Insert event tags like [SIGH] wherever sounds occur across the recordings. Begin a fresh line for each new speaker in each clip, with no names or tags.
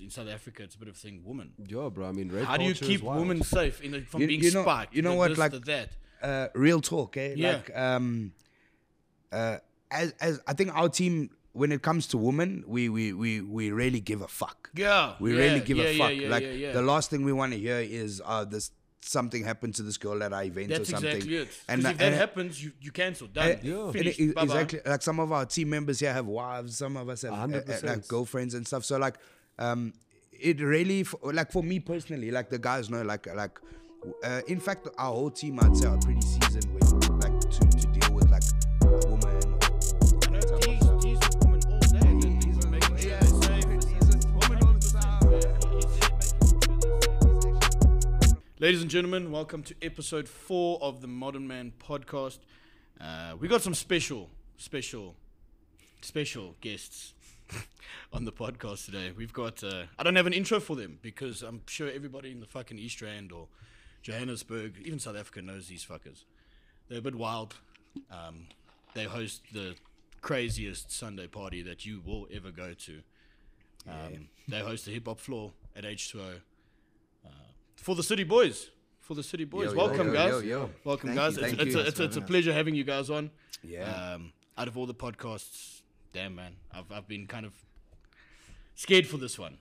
in South Africa, it's a bit of a thing. Woman,
Yeah, bro. I mean, rape
how do you
culture is
keep
wild.
women safe in the, from
You-
being
you know-
spiked?
you know
the
what,
this,
like-
the that.
uh, real talk, eh?
Yeah.
Like, um, uh, as as I think our team, when it comes to women, we we we we really give a fuck.
Yeah,
we
yeah,
really give
yeah,
a
yeah,
fuck.
yeah,
like
yeah, yeah.
the last thing we want to hear is uh, this something happened to this girl at our event
That's
or something.
exactly it.
And,
And
uh,
if that
and-
happens, you you cancel. Done.
and-
yeah.
and it- exactly. Like some of our team members here have wives. Some of us have uh, uh,
100%.
like girlfriends and stuff. So like, um, it really f- like for me personally, like the guys know, like like, uh, in fact, our whole team I'd say are pretty seasoned with like to, to deal with like a woman. Or, or, or
These, these women all day. that they've been
These-
making sure
yeah,
they're safe.
these women all the time.
Ladies and gentlemen, welcome to episode four of the Modern Man podcast. Uh, we got some special, special, special guests [LAUGHS] on the podcast today. We've got, uh, I don't have an intro for them because I'm sure everybody in the fucking East Rand or Johannesburg, even South Africa, knows these fuckers. They're a bit wild. Um, they host the craziest Sunday party that you will ever go to. Um, They host the hip hop floor at H2O Uh, for the city boys. For the city boys,
yo,
welcome
yo,
guys.
yo, yo.
Welcome
Thank
guys.
you,
it's
thank
it's,
you.
a, it's, a, it's a pleasure having you guys on.
Yeah.
Um, out of all the podcasts, damn man, I've I've been kind of scared for this one.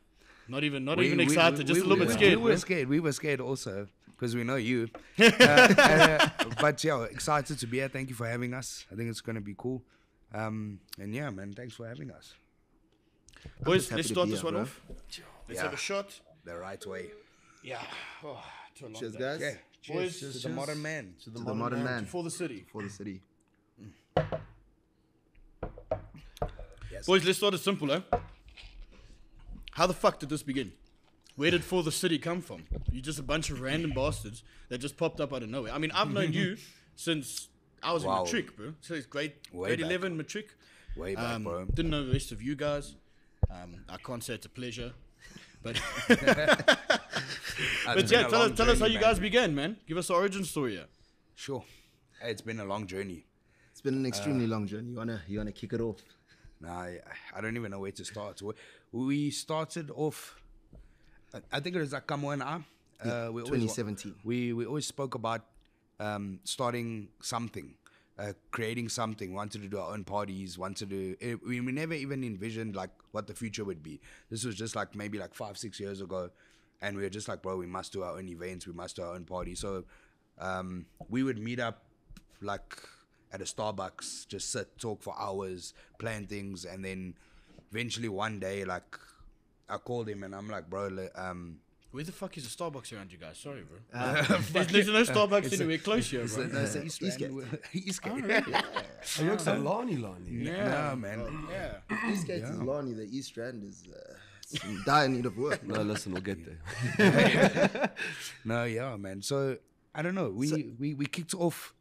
Not even not even excited, just a little bit
we-
scared.
We were scared. We were scared also because we know
[LAUGHS]
you. Uh, uh, but yeah, excited to be here. Thank you for having us. I think it's going to be cool. Um, and yeah, man, thanks for having us.
boys,
happy
let's
to
start
be
this
here,
one
bro.
off. Let's have a shot.
The right way.
Yeah. Oh, too long
Cheers,
day.
guys.
Okay.
Boys,
Cheers, to the modern man.
To the modern man.
For the city.
For the city.
Boys, let's start it simple, eh? How the fuck did this begin? Where did For the City come from? You're just a bunch of random bastards that just popped up out of nowhere. I mean, I've known [LAUGHS] you since I was
Wow.
in matric, bro. So it's grade,
Way
grade
back.
11 matric.
Way back,
Um,
bro.
didn't know the rest of you guys. Um, I can't say it's a pleasure. [LAUGHS] But, but yeah,
been a
tell, us,
long
tell us how
journey,
you
man.
guys began, man. Give us the origin story. Yeah.
Sure. Hey, It's been a long journey.
It's been an extremely long journey. You wanna you wanna kick it off?
Nah, I, I don't even know where to start. We- We started off, I- I think it was like Kamo and I. Uh, we always wa-
2017.
we, we always spoke about um, starting something, uh, creating something, wanted to do our own parties, wanted to, eh, we, we never even envisioned like what the future would be. This was just like maybe like five, six years ago. And we were just like, bro, we must do our own events, we must do our own party. So um, we would meet up like at a Starbucks, just sit, talk for hours, plan things, and then eventually one day, like, I called him and I'm like, bro, le- um,
Where the fuck is a Starbucks around you guys? Sorry, bro.
Uh, [LAUGHS]
there's, there's no Starbucks anywhere close here, bro.
No, it's East Eastgate.
[LAUGHS] Eastgate.
It looks like Lonnie Lonnie.
Yeah.
Nah, man.
Yeah.
Eastgate is Lonnie. The East Rand is uh, it's in dire need of work.
No, listen, we'll get there.
No, yeah, man. So I don't know. We we we kicked off.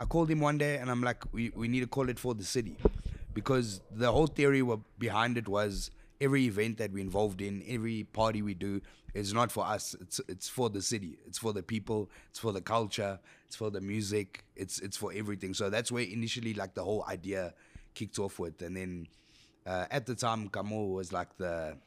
I called him one day, and I'm like, we we need to call it for the city, because the whole theory wa- behind it was every event that we involved in, every party we do, is not for us. It's it's for the city. It's for the people. It's for the culture. It's for the music. It's it's for everything. So that's where initially like the whole idea kicked off with, and then. Uh, at the time, Kamo was like the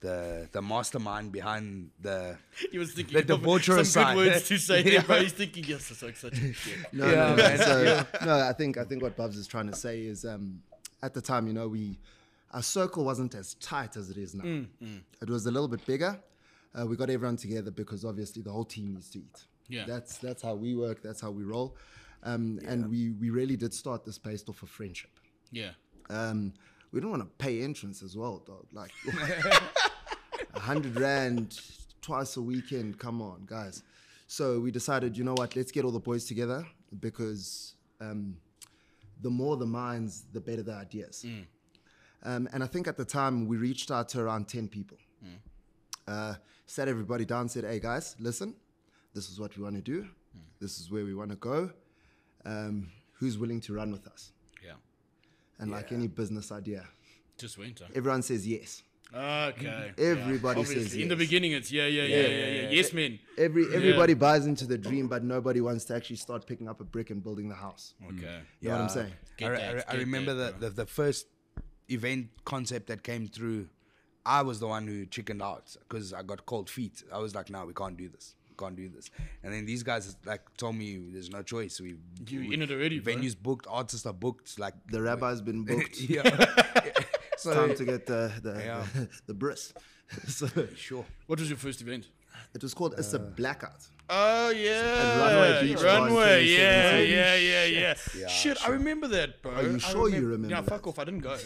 the the mastermind behind the
He was thinking
The
of some good
debaucherous side.
words to
[LAUGHS]
say there,
Yeah.
but he's thinking, yes, that's like such a dick.
No, no, no. So, no, I think I think what Bubs is trying to say is um, at the time, you know, we our circle wasn't as tight as it is now. It was a little bit bigger. Uh, we got everyone together because obviously the whole team needs to eat.
Yeah.
That's that's how we work, that's how we roll. Um, and we we really did start this based off of friendship.
Yeah.
Um, we didn't want to pay entrance as well, dog. Like [LAUGHS] a hundred rand twice a weekend. Come on, guys. So we decided, you know what? Let's get all the boys together because um, the more the minds, the better the ideas. Um, and I think at the time we reached out to around ten people. Uh, sat everybody down, said, "Hey guys, listen, this is what we want to do. This is where we want to go. Um, who's willing to run with us?"
Yeah.
And like any business idea,
Just went. huh?
everyone says yes.
Okay.
Everybody
Yeah. Obviously,
says
in the
yes.
beginning, it's yeah, yeah, yeah, yeah, yeah. Yes, man.
Every everybody buys into the dream, but nobody wants to actually start picking up a brick and building the house. You
Okay.
know what I'm saying?
Get
Uh, I, re-
that,
I re- I
get
remember
that,
the, the, the first event concept that came through I was the one who chickened out because I got cold feet. I was like, no, we can't do this. We can't do this. And then these guys like told me there's no choice. We
You
we-
in it already, bro.
Venues booked, artists are booked. Like [LAUGHS]
The
[LAUGHS]
rabbi's been booked. It's [LAUGHS]
yeah,
time to get the the
Yeah.
[LAUGHS] the, bris. so
sure.
What was your first event?
it was
Uh.
called it's a blackout.
Oh yeah,
Runway Beach Bar in
Runway, yeah,
2017.
yeah, yeah, yeah. Shit, I remember that, bro. Are
you sure you remember
Yeah,
that?
fuck off. I
[LAUGHS]
didn't go.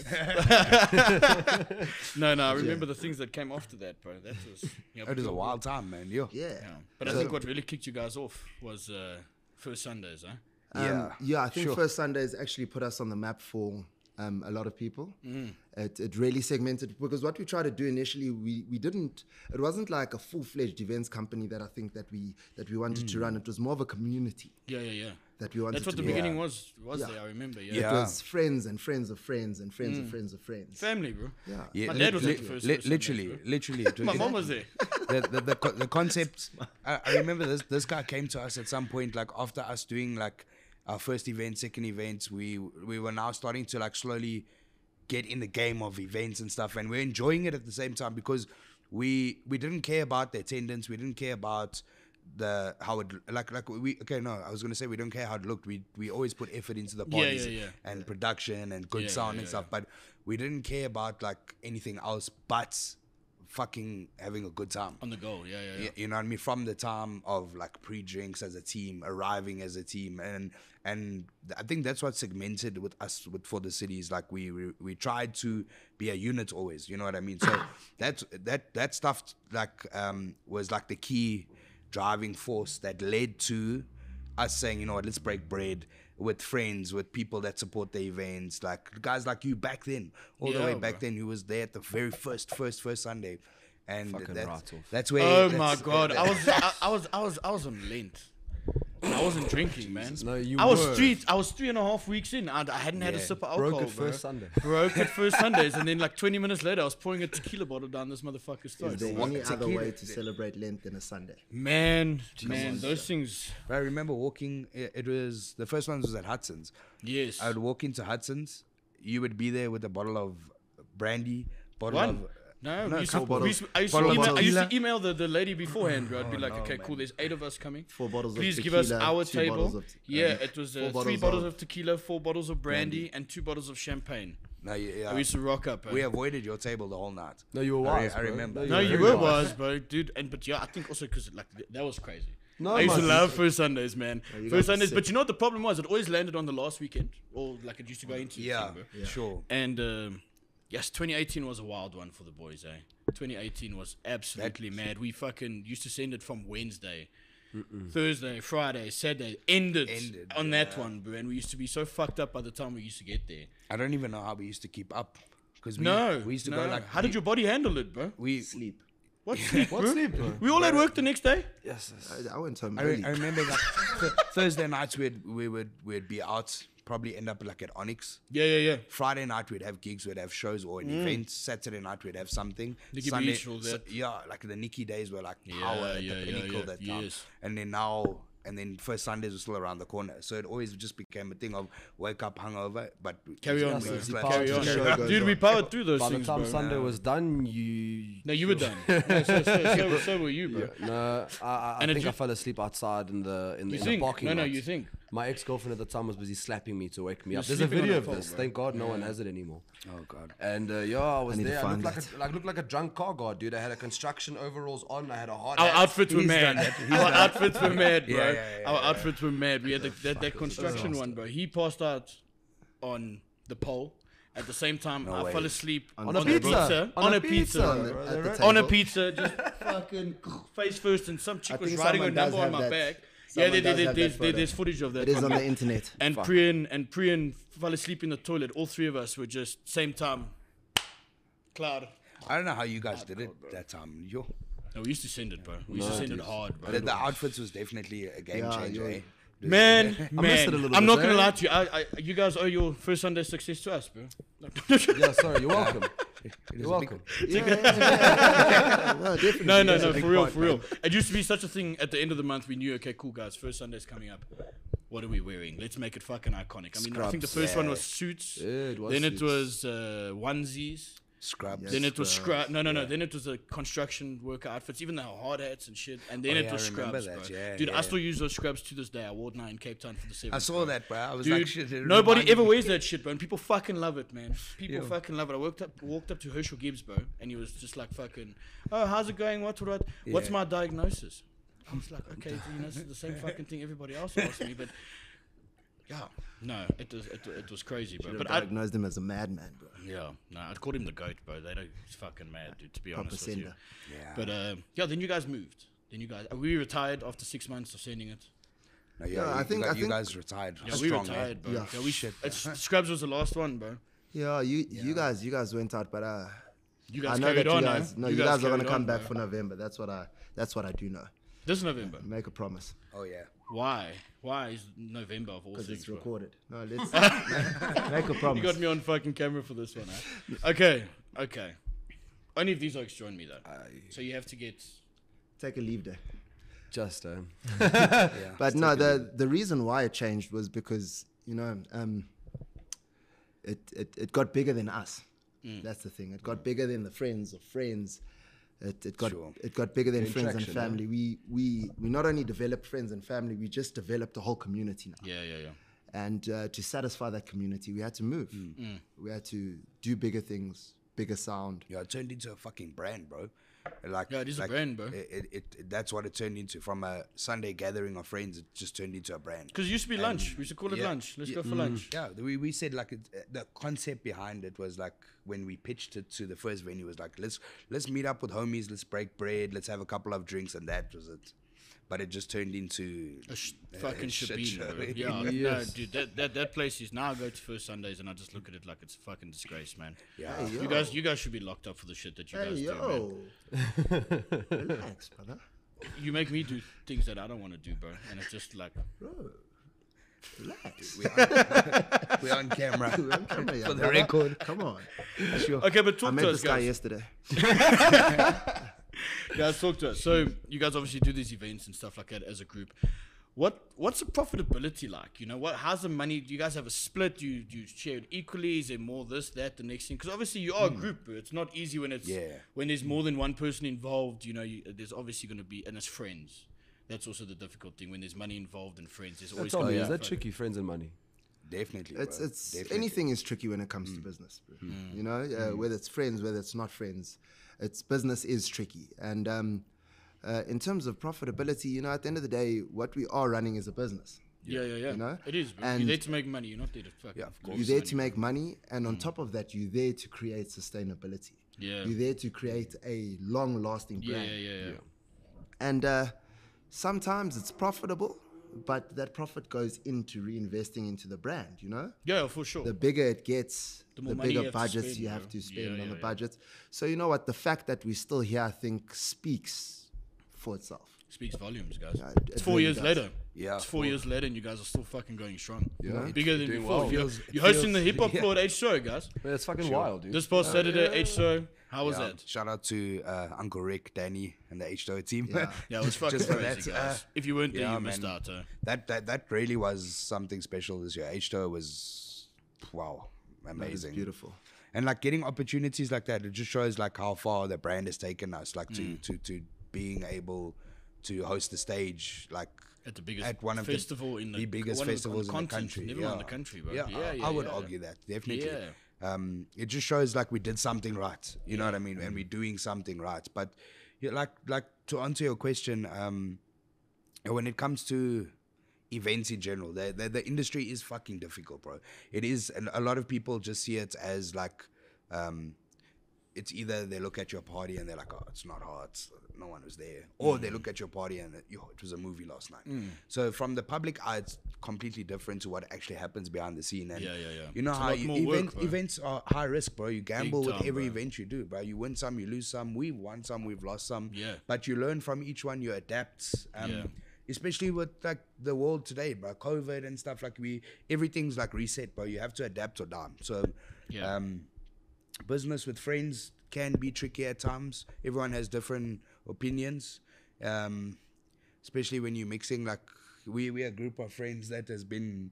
no, no, I remember the things that came after that, bro. That was. Yeah,
It was a wild time, man. Yeah.
Yeah.
Yeah. But I think what really kicked you guys off was uh, first Sundays, huh?
Um, yeah.
Yeah,
I think First Sundays actually put us on the map for um, a lot of people.
Mm.
It, it really segmented because what we tried to do initially, we, we didn't. It wasn't like a full fledged events company that I think that we that we wanted to run. It was more of a community
Yeah, yeah, yeah.
that we wanted
Mm. That's what the
to be.
beginning was. Was
Yeah.
there? I remember. Yeah.
It
Yeah.
was friends and friends of friends and friends
Mm.
of friends of friends.
Family, bro.
Yeah.
Yeah,
My dad was
li-
at the first
li-
Sundays,
literally,
bro. [LAUGHS]
literally. it was-
My
it-
mom was there.
the, the, the, co- the
[LAUGHS]
concept I, I remember this this guy came to us at some point like after us doing like our first event second event we we were now starting to like slowly get in the game of events and stuff and we're enjoying it at the same time because we we didn't care about the attendance we didn't care about the how it like like we okay no I was gonna say we don't care how it looked we we always put effort into the
Yeah, yeah,
parties
yeah.
and production and good
Yeah,
sound
yeah,
and
yeah,
stuff but we didn't care about like anything else but fucking having a good time
On the goal. Yeah, yeah, yeah.
Y- You know what I mean? From the time of like pre-drinks as a team, arriving as a team, and and th- I think that's what segmented with us with for the cities. Like we we, we tried to be a unit always. You know what I mean?
[COUGHS]
So that that that stuff like um was like the key driving force that led to us saying, you know what, let's break bread with friends, with people that support the events, like guys like you back then, all the
Yeah,
way back
bro.
then, who was there at the very first, first, first Sunday. And
Fucking
that's,
right off.
that's where. [LAUGHS]
Oh
that's-
my god, I was I, I was I was I was on lint. I wasn't drinking, man.
No, you
I was
were.
three. I was three and a half weeks in. I, I hadn't had a
Yeah.
sip of
Broke
alcohol.
it
bro.
first Sunday.
[LAUGHS] Broke it first Sundays, and then like 20 minutes later, I was pouring a tequila bottle down this motherfucker's throat.
Is there
What
any other
tequila
way
is
to celebrate Lent than a Sunday?
Man, man, those things.
But I remember walking. It, it was the first one was at Hudson's.
Yes.
I would walk into Hudson's. You would be there with a bottle of brandy, bottle
One.
of
No,
no,
we used to,
couple
we used to- I, used to
bottles of
email, I used to
tequila.
email the, the lady beforehand, bro. I'd
[LAUGHS]
be like, okay, cool, there's eight of us coming.
Four bottles of
Please give us
tequila,
our
two bottles
table.
of te-
yeah,
um,
it was
four
uh, three
bottles
bottles
of-
of tequila, four bottles of brandy, and two bottles of champagne.
no.
Uh,
Yeah,
We Oh, used to rock up, bro.
we avoided your table the whole night.
No, you were
I re-
wise.
I
bro.
remember.
No,
very
you were
wise.
wise, bro, dude. And but yeah, I think also because like th- that was crazy.
No,
I used to
man.
love first Sundays, man.
you guys
first
were
Sundays, but
sick.
you know what the problem was? It always landed on the last weekend, or like it used to go into. the
Yeah,
thing, bro.
sure.
And um, yes, 2018 was a wild one for the boys, eh? 2018 was absolutely mad. We fucking used to send it from Wednesday, Thursday, Friday, Saturday. Ended,
Ended,
on that one, bro. And we used to be so fucked up by the time we used to get there.
I don't even know how we used to keep up because we,
No,
we used to
no.
go like
How did your body handle it, bro?
we.
Sleep.
What sleep,
What
bro?
sleep, bro?
We all had work the next day.
Yes, yes.
I, I went home
I,
early.
re- I remember like [LAUGHS] th- Thursday nights we'd we would we'd be out probably end up like at Onyx.
Yeah, yeah, yeah.
Friday night we'd have gigs, we'd have shows or an event. Saturday night we'd have something.
Mm. Nikki Beach, all
Su-
that.
yeah, like the Nikki days were like
Yeah,
power at
yeah, yeah,
the pinnacle
yeah.
that time.
Yes.
And then now, and then first Sundays were still around the corner, so it always just became a thing of wake up hungover, but
Carry on,
we
bro.
just like-
Carry on.
Show [LAUGHS] goes
Dude, we
on.
powered through those
By the
things,
time
bro.
Sunday was done, you.
No, you were done. No, so, so, so, so were you, bro.
No, I, I, I
And it
think I
ju-
fell asleep outside in the in the,
You
in
think?
the parking
No, no,
lot.
you think.
My ex girlfriend at the time was busy slapping me to wake me up. There's a
sleeping on
video
the
of
phone,
this.
bro.
Thank God no one has it anymore.
Oh god.
And uh, yeah, I was
need to
there. I looked
find
like a, like looked like a drunk car guard, dude. I had a construction overalls on. I had a hard.
Our
hat.
outfits were
He's done
mad.
that. He's
Our outfits were mad, bro.
Yeah, yeah, yeah,
Our outfits were mad. We had the, that, that construction one, bro. He passed out on the pole. At the same time, I
way.
fell asleep
On a pizza.
On a pizza.
On the-
bro.
at the
Right.
on a
table.
pizza, just fucking [LAUGHS] face first, and some
I
chick was
think
writing a
someone does
number on
have
my
that-
back. Yeah,
someone
there, there,
does
there,
have that
there's, there,
photo.
there's footage of that.
It is
one.
on the internet.
[LAUGHS] and Priyan and Priyan fell asleep in the toilet. All three of us were just same time. Cloud.
I don't know how you guys did it that time. Yo,
No, we used to send it, bro. We used to send it hard, bro.
the, the outfits was definitely a game
Yeah,
changer.
yeah.
eh?
Man, man,
it a little
I'm
bit,
not gonna
eh?
lie to you. I, I, you guys owe your first Sunday success to us, bro. [LAUGHS]
Yeah, sorry. You're welcome. You're
[LAUGHS]
welcome.
Yeah, yeah, yeah, yeah. Well, definitely.
No, no, no, for real, for real. It used to be such a thing. At the end of the month, we knew, okay, cool, guys, first Sunday's coming up. What are we wearing? Let's make it fucking iconic. I mean, I think the
Scrubs,
first one
yeah.
was suits.
Yeah, it was
then it
suits.
was uh, onesies.
Scrubs.
Then it was scrub. No, no, no. Then it was the construction worker outfits, even the hard hats and shit. And then
Oh,
it
yeah,
was
I remember
scrubs,
that.
bro.
Yeah,
Dude,
yeah.
I still use those scrubs to this day. I wore nine in Cape Town for the seven.
I saw that, bro. I was
Dude,
like, shit. it
nobody
reminded
ever
me-
wears that shit, bro. And people fucking love it, man. People
Yeah.
fucking love it. I walked up, walked up to Herschel Gibbs, bro, and he was just like fucking, oh, how's it going? What, what, what's
Yeah.
my diagnosis? I was like, okay, you know, it's the
[LAUGHS]
same fucking thing everybody else asked me, but yeah, no, it was it, it was crazy, bro.
But
But I,
diagnosed him as a madman, bro.
yeah, no, I'd called him the goat, bro. They don't, he's fucking mad, dude. To be honest with you.
sender.
Yeah.
But uh, yeah, then you guys moved. Then you guys, uh, we retired after six months of sending it.
No, yeah,
Yeah, I
I
think-
think you,
I
guys, you
think-
guys retired.
Yeah, we
strong, eh?
retired, bro.
Yeah.
Yeah, we
Shit.
It's, Scrubs was the last one, bro.
Yeah, you you guys you guys went out, but uh,
You
I
guys
know that
carried
you
on.
guys
eh?
no you, guys, are gonna
carried
come
on,
back
bro.
for November. That's what I that's what I do know.
this November.
Make a promise
Oh yeah.
Why? Why is November of all
because
things?
it's
bro?
recorded.
[LAUGHS]
No, let's [LAUGHS] make a promise.
You got me on fucking camera for this one.
[LAUGHS]
Eh? okay, okay. Only if these oaks join me though. so you have to get.
Take a leave day.
Just
uh,
um,
But no, the the reason why it changed was because you know um, it it, it got bigger than us. That's the thing. It got bigger than the friends of friends. It, it got
Sure.
it got bigger than
The
friends and
interaction, yeah.
family. We we we not only developed friends and family, we just developed a whole community now.
Yeah, yeah, yeah.
And uh, to satisfy that community, we had to move. We had to do bigger things, bigger sound.
Yeah, it turned into a fucking brand, bro. Like,
Yeah, it is a
like,
brand, bro.
It, it, it- that's what it turned into. From a Sunday gathering of friends, it just turned into a brand.
Because it used to be lunch. we used to call it
yeah.
lunch. Let's go for lunch.
Mm.
Yeah, we, we said like it, the concept behind it was like when we pitched it to the first venue was like let's let's meet up with homies, let's break bread, let's have a couple of drinks, and that was it. But it just turned into
A sh- fucking
shit
Shabin,
show.
bro.
eh?
Yeah, no, dude, that, that that place is now. I go to first Sundays and I just look at it like it's a fucking disgrace, man.
Yeah.
Hey,
You
yo.
guys, you guys should be locked up for the shit that you
Hey,
guys do. Man.
yo. Relax, brother.
You make me do things that I don't want to do, bro. And it's just like,
Relax.
[LAUGHS] We're on camera.
[LAUGHS]
For
the record.
Come on.
okay, but
I
talk
met
to
this
us,
guy
guys.
yesterday.
guys talk to us so you guys obviously do these events and stuff like that as a group what what's the profitability like you know what how's the money do you guys have a split do you, do you share it equally is there more this that the next thing because obviously you
Hmm.
are a group bro. it's not easy when it's
Yeah.
when there's more than one person involved you know you, there's obviously going to be and it's friends that's also the difficult thing when there's money involved and friends there's always
tell
gonna
me,
be
is that
fight.
tricky? Friends and money.
[LAUGHS] Definitely,
It's
bro.
it's
Definitely. Mm.
anything is tricky when it comes to business, bro. you know, uh, whether it's friends, whether it's not friends, it's business is tricky. And um, uh, in terms of profitability, you know, at the end of the day, what we are running is a business.
yeah yeah yeah
You know?
it is bro. you're
And-
there to make money you're not there to fuck
Yeah, of course. Mm.
You're there to make money, and on top of that, you're there to create sustainability.
Yeah.
You're there to create a long-lasting
yeah
brand.
yeah yeah, yeah.
And uh, sometimes it's profitable, but that profit goes into reinvesting into the brand, you know?
Yeah, for sure.
The bigger it gets, the,
more money you
bigger
have to
budgets
spend,
you
bro.
have to spend
Yeah,
on
yeah,
the
yeah.
budgets. So, you know what? The fact that we're still here, I think, speaks for itself.
Speaks volumes, guys.
it-
it's
it
four
really
years
does.
later.
Yeah.
It's four years later, and you guys are still fucking going strong.
Yeah.
Bigger than
Doing
before.
well.
You're,
Feels- it
you're hosting the
feels-
Hip Hop
yeah.
Floor at H Show, guys.
Man, it's fucking wild, dude.
This past Saturday, H Show. How was
Yeah. um,
that?
Shout out to uh, Uncle Rick, Danny, and the H team.
Yeah, it was fucking
[LAUGHS] Just for
crazy,
that, uh,
guys. if you weren't there,
yeah,
you missed
man.
out. eh?
that that that really was something special this year. H was wow, amazing,
Beautiful.
and like getting opportunities like that. It just shows like how far the brand has taken us, like to to to being able to host the stage, like.
At the biggest
at one of
festival
the,
in the-
the biggest
one of the-
festivals
on the
in the
continent,
country.
never
yeah.
mind the country, bro.
Yeah,
Yeah,
I,
yeah,
I would
yeah.
argue that definitely.
Yeah.
Um, it just shows like we did something right. You know what I mean? And
Mm.
we're doing something right. But yeah, like like to answer your question, um, when it comes to events in general, the, the, the industry is fucking difficult, bro. It is, and a lot of people just see it as like, um, it's either they look at your party and they're like, oh, it's not hard, it's- no one was there, or
Mm.
they look at your party and yo, it was a movie last night. So from the public eye, it's completely different to what actually happens behind the scene. And
Yeah, yeah, yeah.
You know
It's a
how
lot
you,
more work,
event-
bro.
events are high risk, bro. You gamble with
time,
every
bro.
event you do, bro. You win some, you lose some. We've won some, we've lost some.
Yeah.
But you learn from each one. You adapt. Um,
Yeah.
Especially with like the world today, bro. COVID and stuff like we everything's like reset, bro. You have to adapt or die. So,
Yeah.
um, business with friends can be tricky at times. Everyone has different opinions, um, especially when you're mixing. Like we we are a group of friends that has been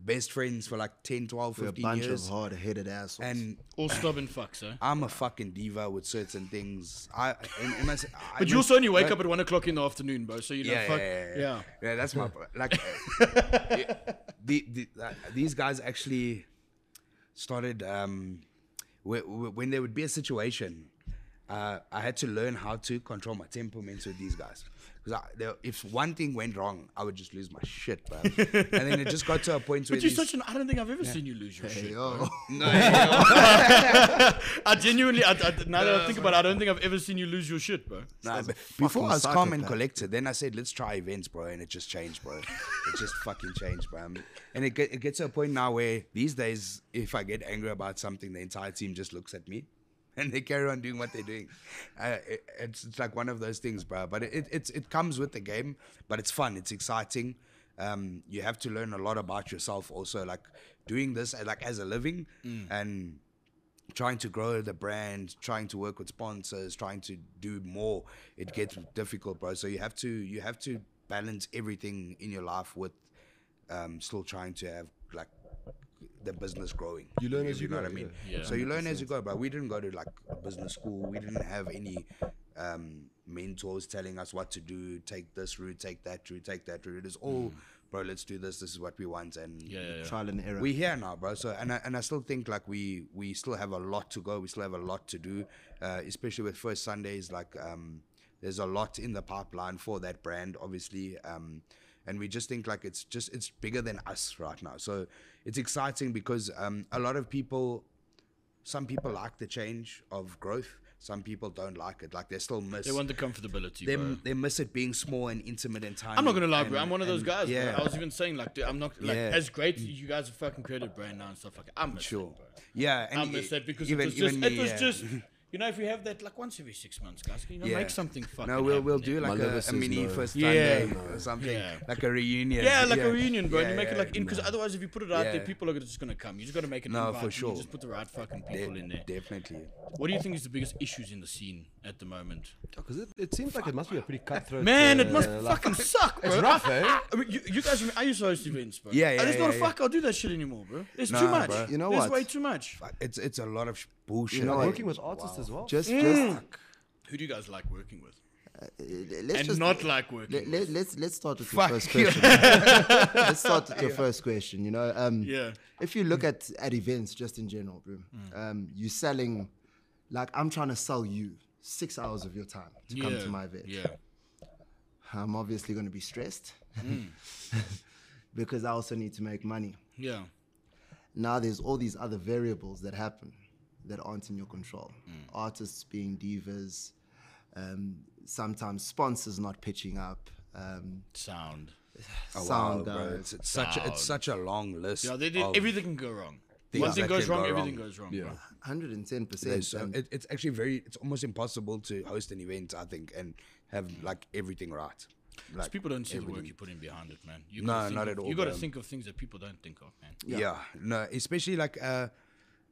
best friends for like 10, 12,
We're a
15
bunch
years.
of hard-headed assholes.
and
All stubborn fucks, eh? huh?
I'm a fucking diva with certain things. I, and, and I, s- I
But you also only wake up at one o'clock in the afternoon, bro. So you know,
yeah,
fuck.
yeah, yeah,
yeah.
yeah. Yeah,
[LAUGHS]
that's my like. uh, the, the, uh, these guys actually started um, wh- wh- when there would be a situation. Uh, I had to learn how to control my temperaments with these guys because if one thing went wrong, I would just lose my shit, bro. and then it just got to a point
[LAUGHS]
where
But you're
these,
such an. I don't think I've ever seen you lose your shit.
[LAUGHS]
Yo,
I genuinely. I, I, now that I think about it, I don't think I've ever seen you lose your shit, bro.
Nah, but before I was calm and
psychopath.
collected, then I said, let's try events, bro. And it just changed, bro. it [LAUGHS] just fucking changed, bro. Um, And it, get, it gets to a point now where these days, if I get angry about something, the entire team just looks at me [LAUGHS] and they carry on doing what they're doing. Uh, it, it's, it's like one of those things, bro. But it, it, it's, it comes with the game, but it's fun, it's exciting. Um, you have to learn a lot about yourself also, like doing this uh, like as a living and trying to grow the brand, trying to work with sponsors, trying to do more, it gets difficult, bro. So you have to you have to balance everything in your life with um, still trying to have like the business growing.
You learn as you
know
go,
what I mean.
yeah. Yeah.
So you learn as you go, bro. We didn't go to like a business school. We didn't have any um, mentors telling us what to do. Take this route, take that route, take that route. It is all, bro. Let's do this. This is what we want, and
Mm. Yeah, yeah, yeah.
trial and error.
we're here now, bro. So and I, and I still think like we we still have a lot to go. We still have a lot to do, uh, especially with first Sundays. Like um, there's a lot in the pipeline for that brand, obviously. Um, and we just think like it's just it's bigger than us right now. So it's exciting because um, a lot of people some people like the change of growth. Some people don't like it. Like they still miss.
They want the comfortability,
they,
bro.
they miss it being small and intimate and tiny.
I'm not gonna lie, bro.
and-
I'm one of those
and-
guys. bro.
Yeah,
I was even saying like, dude, I'm not like
Yeah.
as great. You guys are fucking creative brand now and stuff like that. I'm
sure. Yeah, and
I miss
e-
that because
even-
it was just,
even
it
me,
was
yeah. [LAUGHS]
just, you know, if we have that like once every six months, guys, can you know,
Yeah.
make something fucking.
No, we'll we'll
happen,
do
eh?
like
My
a,
liver
a
says
mini
no.
first
Yeah.
Sunday or something,
Yeah.
like a reunion.
Yeah, like a reunion, bro. and you make it
yeah.
like in because otherwise, if you put it out there,
Yeah.
people are gonna- just gonna come. You just gotta make it.
No, for
You
sure.
just put the right fucking
De-
people in there.
Definitely.
What do you think is the biggest issues in the scene at the moment?
Because it, it seems like it must be a pretty cutthroat.
Man, it
uh,
must
like-
fucking suck, bro.
It's rough, eh?
I mean, you, you guys, I used to host events, bro.
Yeah,
And
yeah,
It's not
yeah,
a
yeah.
fuck. I'll do that shit anymore, bro. It's too
Nah,
much.
bro.
You know
There's
what?
way too much.
But It's it's a lot of sh- bullshit.
know,
eh?
like-
Working with artists as well.
[LAUGHS] just, just
Who do you guys like working with?
uh, let's
Mm. and
just-
not like working.
Let,
with?
let, let's let's start with
Fuck
your first
you. [LAUGHS]
question. let's start with your first question. You know, um,
Yeah.
If you look at at events just in general, bro, um, you selling, like I'm trying to sell you six hours of your time to come
Yeah,
to my event.
Yeah.
I'm obviously going to be stressed
Mm.
[LAUGHS] because I also need to make money.
Yeah.
Now there's all these other variables that happen that aren't in your control.
Mm.
Artists being divas, um, sometimes sponsors not pitching up. Um,
Sound.
Oh,
sound
wow,
guys.
bro. It's, it's such a, it's such a long list.
Yeah, they did,
of
everything can go wrong.
things
One thing
Oh. that
goes
can
wrong,
go
everything
wrong.
goes wrong.
Yeah.
bro.
110%.
things. So
um,
it, it's actually very. It's almost impossible to host an event, I think, and have like everything right. Like,
People don't see the work you put in behind it, man. You
No,
gotta think
not
of-
at all,
You got to
bro.
think of things that people don't think of, man.
Yeah. No, especially like uh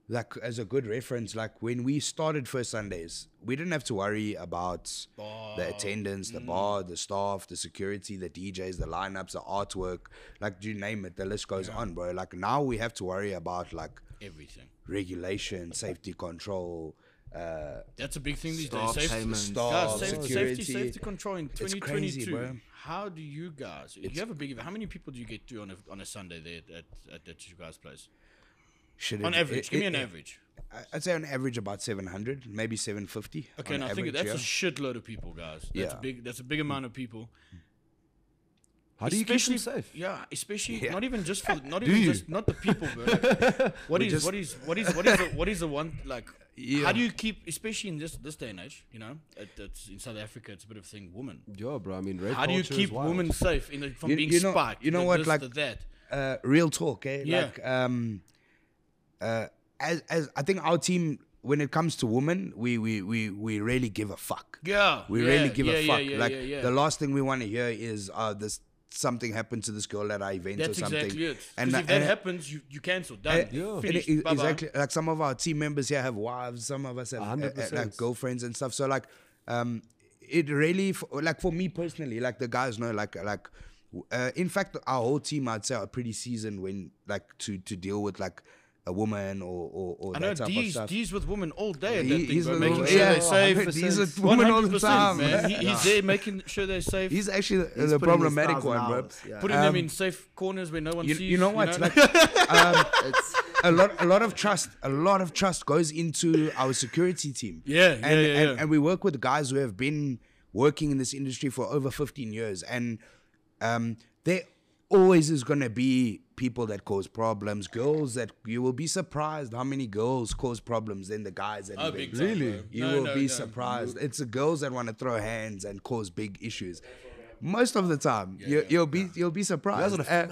like as a good reference, like when we started First Sundays, we didn't have to worry about the attendance,
Mm.
the bar, the staff, the security, the DJs, the lineups, the artwork, like you name it, the list goes on, bro. Like now we have to worry about like
Everything.
regulation, safety control, uh
That's a big thing these
Staff
days. Safety,
payments.
guys,
staff,
saf- safety,
security.
safety, control in
crazy,
2022.
bro.
how do you guys? you have a big event. How many people do you get to on a on a Sunday there at at, at you guys' place?
Shit,
On
it-
average,
it-
give me
it-
an
it-
average.
I- I'd say on average about seven hundred, maybe seven fifty.
Okay, and I think that's a shitload of people, guys. That's a
Yeah.
big. That's a big amount of people.
How do you keep them
especially
safe?
Yeah, especially
Yeah.
not even just
[LAUGHS]
for not even
you?
just not the people, bro. Like, what is what is what is what is the, what is the one
[LAUGHS]
like? How do you keep, especially in this this day and age? You know, it, it's in South Africa, it's a bit of a thing. Women,
Yeah, bro. I mean, rape
how do you
culture is
keep
wild.
women safe in the, from
You-
being
you know-
spiked?
you know
the
what,
this,
like-
the that.
uh, real talk, eh?
Yeah.
Like, um, uh, as as I think our team, when it comes to women, we we we we really give a fuck.
Yeah,
we
yeah,
really give
yeah,
a
yeah,
fuck.
yeah,
like
yeah, yeah.
the last thing we want to hear is uh this something happened to this girl at our event
That's
or something.
exactly it. And
And
if
tha-
that
and-
happens, you you cancel. Done.
and- and
Finished.
it-
Bye-bye.
exactly. Like some of our team members here have wives. Some of us have uh, uh,
100%.
like girlfriends and stuff. So like, um, it really f- like for me personally, like the guys know, like like Uh, in fact, our whole team, I'd say, are pretty seasoned when like to to deal with like a woman or or, or
I know
that type of
D's,
stuff.
D's with women all day at that
He-
thing,
he's
bro,
the
making
little-
sure
yeah,
they're safe.
100%.
D's with
100%,
women all the time,
man. He, he's there making sure they're safe.
He's actually
He's
the
putting his
problematic
thousand
one, bro.
hours, yeah.
putting them in safe corners where no one
You,
sees.
you know what? Like
It's,
a lot, a lot of trust, a lot of trust goes into our security team.
Yeah, yeah,
and,
yeah,
and,
yeah.
and we work with guys who have been working in this industry for over 15 years, and um, there always is going to be people that cause problems, girls that you will be surprised how many girls cause problems than the guys that
Oh,
even
big
do.
time, Really? bro.
You
No,
will
no,
be
no.
surprised. It's the girls that want to throw hands and cause big issues. Most of the time, you, you'll be you'll be surprised. Uh,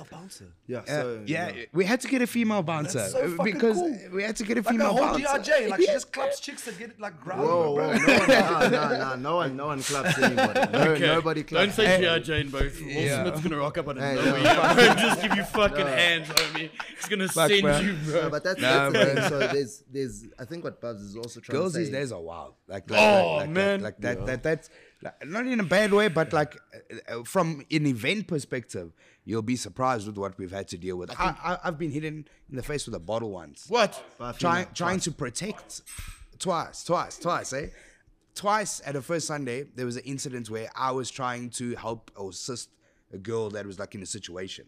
yeah,
uh,
so,
yeah, we had to get a female bouncer
That's so
uh,
fucking
because
cool.
we had to get a
Like a
female
whole
bouncer.
DRJ, like she
[LAUGHS]
just claps chicks that get like grounded.
Whoa,
bro.
whoa, no, one, nah, nah, nah, no one, no
[LAUGHS]
one claps anybody. No,
Okay.
Nobody
Don't
claps.
say G.I. Jane, bro. Will Smith's gonna rock up out of
Hey,
nowhere.
no.
bro. Just give you fucking hands, homie. He's gonna send
bro.
you, bro.
No, but that's,
Nah,
that's the thing. So there's, there's. I think what Bubs is also trying
Girls
to say.
these days are wild. Like, like,
Oh,
like, like,
man.
like, that, that, that's like, not in a bad way, but like uh, uh, from an event perspective, you'll be surprised with what we've had to deal with. I, I, I've been hit in, in the face with a bottle once.
What?
Bafina,
Trying,
twice.
trying to protect twice, twice, twice, eh? Twice at the first Sunday, there was an incident where I was trying to help or assist a girl that was like in a situation.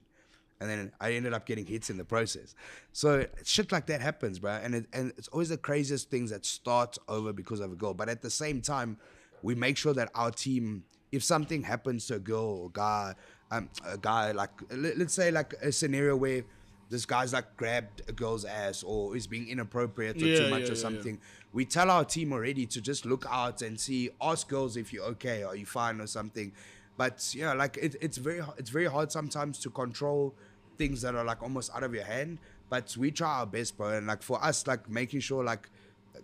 And then I ended up getting hits in the process. So shit like that happens, bro. And it, and it's always the craziest things that start over because of a girl. But at the same time, we make sure that our team, if something happens to a girl or guy, um, a guy like let, let's say like a scenario where this guy's like grabbed a girl's ass or is being inappropriate or
Yeah,
too much
yeah, yeah,
or something
yeah.
something. We tell our team already to just look out and see, ask girls if you're okay, are you fine or something. But yeah, like it, it's very it's very hard sometimes to control things that are like almost out of your hand. But we try our best, bro. And like for us, like making sure like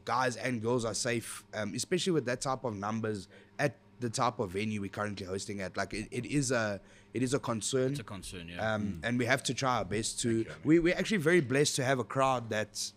guys and girls are safe, um, especially with that type of numbers at the type of venue we're currently hosting at. Like it, it is a it is a concern. It's
a concern, yeah.
um, and we have to try our best to. we, we're actually very blessed to have a crowd that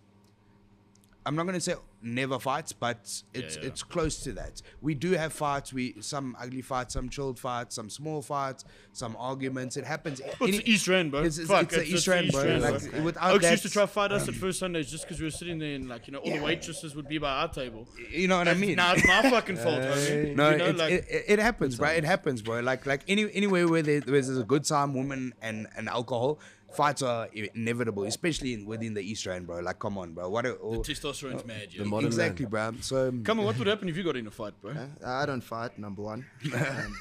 I'm not going to say never fights, but it's
yeah.
it's close to that. We do have fights. We some ugly fights, some chilled fights, some small fights, some arguments. It happens.
Well, it's
Any-
the East Rand, bro.
It's, it's,
Fuck,
it's the East Rand, bro. Like, Without
Oaks
that, um,
used to try to fight us at first Sundays just because we were sitting there and like you know all the waitresses would be by our table.
you know what I mean?
Now it's my
[LAUGHS]
fucking fault, homie.
No,
you know,
it,
like
it, it happens, bro. It happens, bro. Like like any anywhere where there, where there's a good time, woman and, and alcohol, fights are inevitable, especially in, within the East Rand, bro. Like come on, bro. What a, oh,
testosterone's mad, yeah.
modern
exactly, bro. So um,
Come on, what would happen if you got in a fight, bro?
Uh, I don't fight.
[LAUGHS]
Number one, um,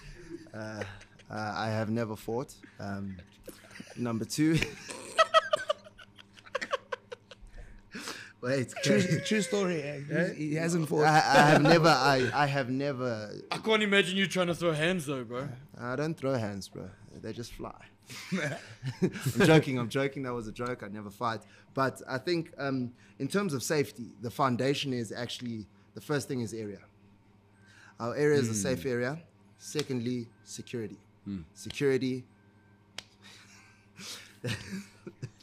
uh, uh, I have never fought. Um, number two. [LAUGHS] Wait,
true, true story. [LAUGHS] eh? He, he hasn't
I,
fought.
I have never. I, I have never.
I can't imagine you trying to throw hands though, bro.
I don't throw hands, bro. They just fly. [LAUGHS] I'm joking. I'm joking. That was a joke. I never fight. But I think, um, in terms of safety, the foundation is actually the first thing is area. Our area is a safe area. Secondly, security. Security.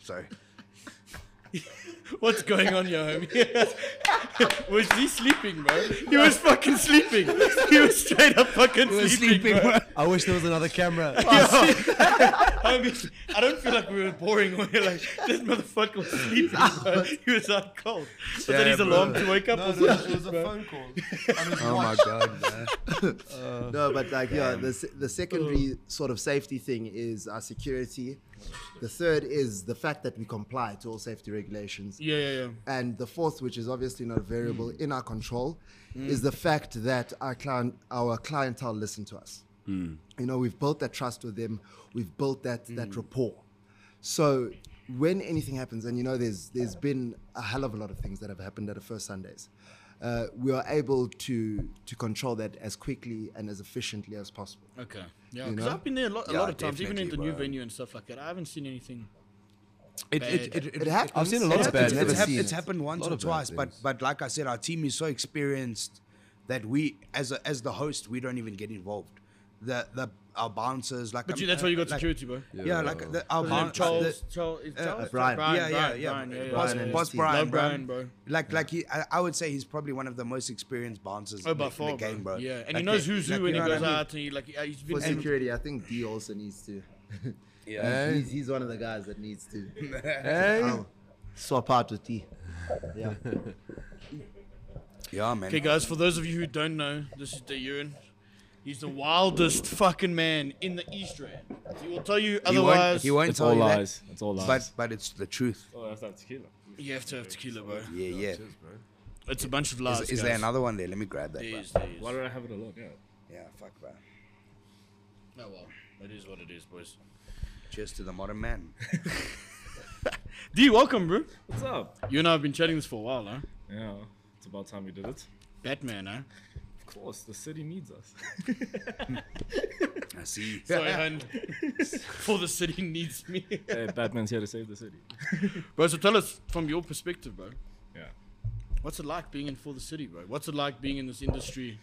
Sorry.
[LAUGHS] What's going on here, homie? [LAUGHS] was he sleeping,
[LAUGHS]
bro? He was fucking sleeping. [LAUGHS] He was straight up fucking sleeping, bro.
I wish there was another [LAUGHS] camera.
Homie, [LAUGHS] I don't feel like we were boring. We're like, this motherfucker was sleeping, bro. He was out cold. Was that his alarm to wake up or something?
it was a phone call.
Oh
[LAUGHS]
my god, man.
no, but like yeah, the se- the secondary sort of safety thing is our security. The third is the fact that we comply to all safety regulations.
Yeah, yeah, yeah.
And the fourth, which is obviously not a variable
Mm.
in our control, is the fact that our client, our clientele listen to us.
Mm.
You know, we've built that trust with them. We've built that that rapport. So when anything happens, and you know, there's there's been a hell of a lot of things that have happened at the first Sundays. Uh, we are able to to control that as quickly and as efficiently as possible.
Okay. Yeah,
You
because
know?
I've been there a lot, a
Yeah,
lot of times, even in the
definitely,
new
bro.
venue and stuff like that. I haven't seen anything.
It, it, it,
It happens.
I've seen a lot
It
of
happens.
bad
it's,
never
hap-
seen
it's
it.
happened once
Lot
or
of bad
twice, but
things.
but like I said, our team is so experienced that we, as a, as the host, we don't even get involved. The the our bouncers like.
But
um,
you, that's
uh,
why you got
like-
security, bro.
Yeah, like the,
What's
our
his name?
boun-
Charles,
the- uh,
Charles, is Charles,
Brian.
yeah, yeah, yeah,
Brian, yeah, yeah.
Boss,
Brian and his
boss
team.
Brian,
Love
bro.
Brian, bro.
Like, like he, I, I would say he's probably one of the most experienced bouncers
Oh,
in, the,
by
in
far,
the game, bro.
Yeah, and
Like,
he knows
they-
who's
like,
who when
you
he
know what
goes
I mean?
out. And he like, uh, he's been
For security, I think D also needs to. [LAUGHS] He's, he's one of the guys that needs to um, swap out with T. Yeah.
Yeah, man.
Okay, guys, for those of you who don't know, this is De Ewan. He's the wildest fucking man in the East Rand. He will tell you
he won't-
otherwise.
he won't
It's
tell
all
you that,
lies. It's all lies.
But but it's the truth.
oh, that's not tequila.
You have to have tequila, bro.
Yeah, yeah.
It's a bunch of lies.
Is, is
guys.
there another one there? Let me grab that.
There
bro.
is, there is.
Why did I have it alone? Yeah.
Yeah, fuck, bro.
Oh, well. It is what it is, boys.
Cheers to the modern man.
D, welcome, bro.
What's up?
You and I have been chatting this for a while, huh?
Yeah, it's about time we did it.
Batman, huh?
Of course, the city needs us.
I see.
[LAUGHS]
[LAUGHS]
Sorry, hun. For the city needs me.
[LAUGHS] hey, Batman's here to save the city.
bro, so tell us from your perspective, bro.
Yeah.
What's it like being in For the City, bro? What's it like being in this industry?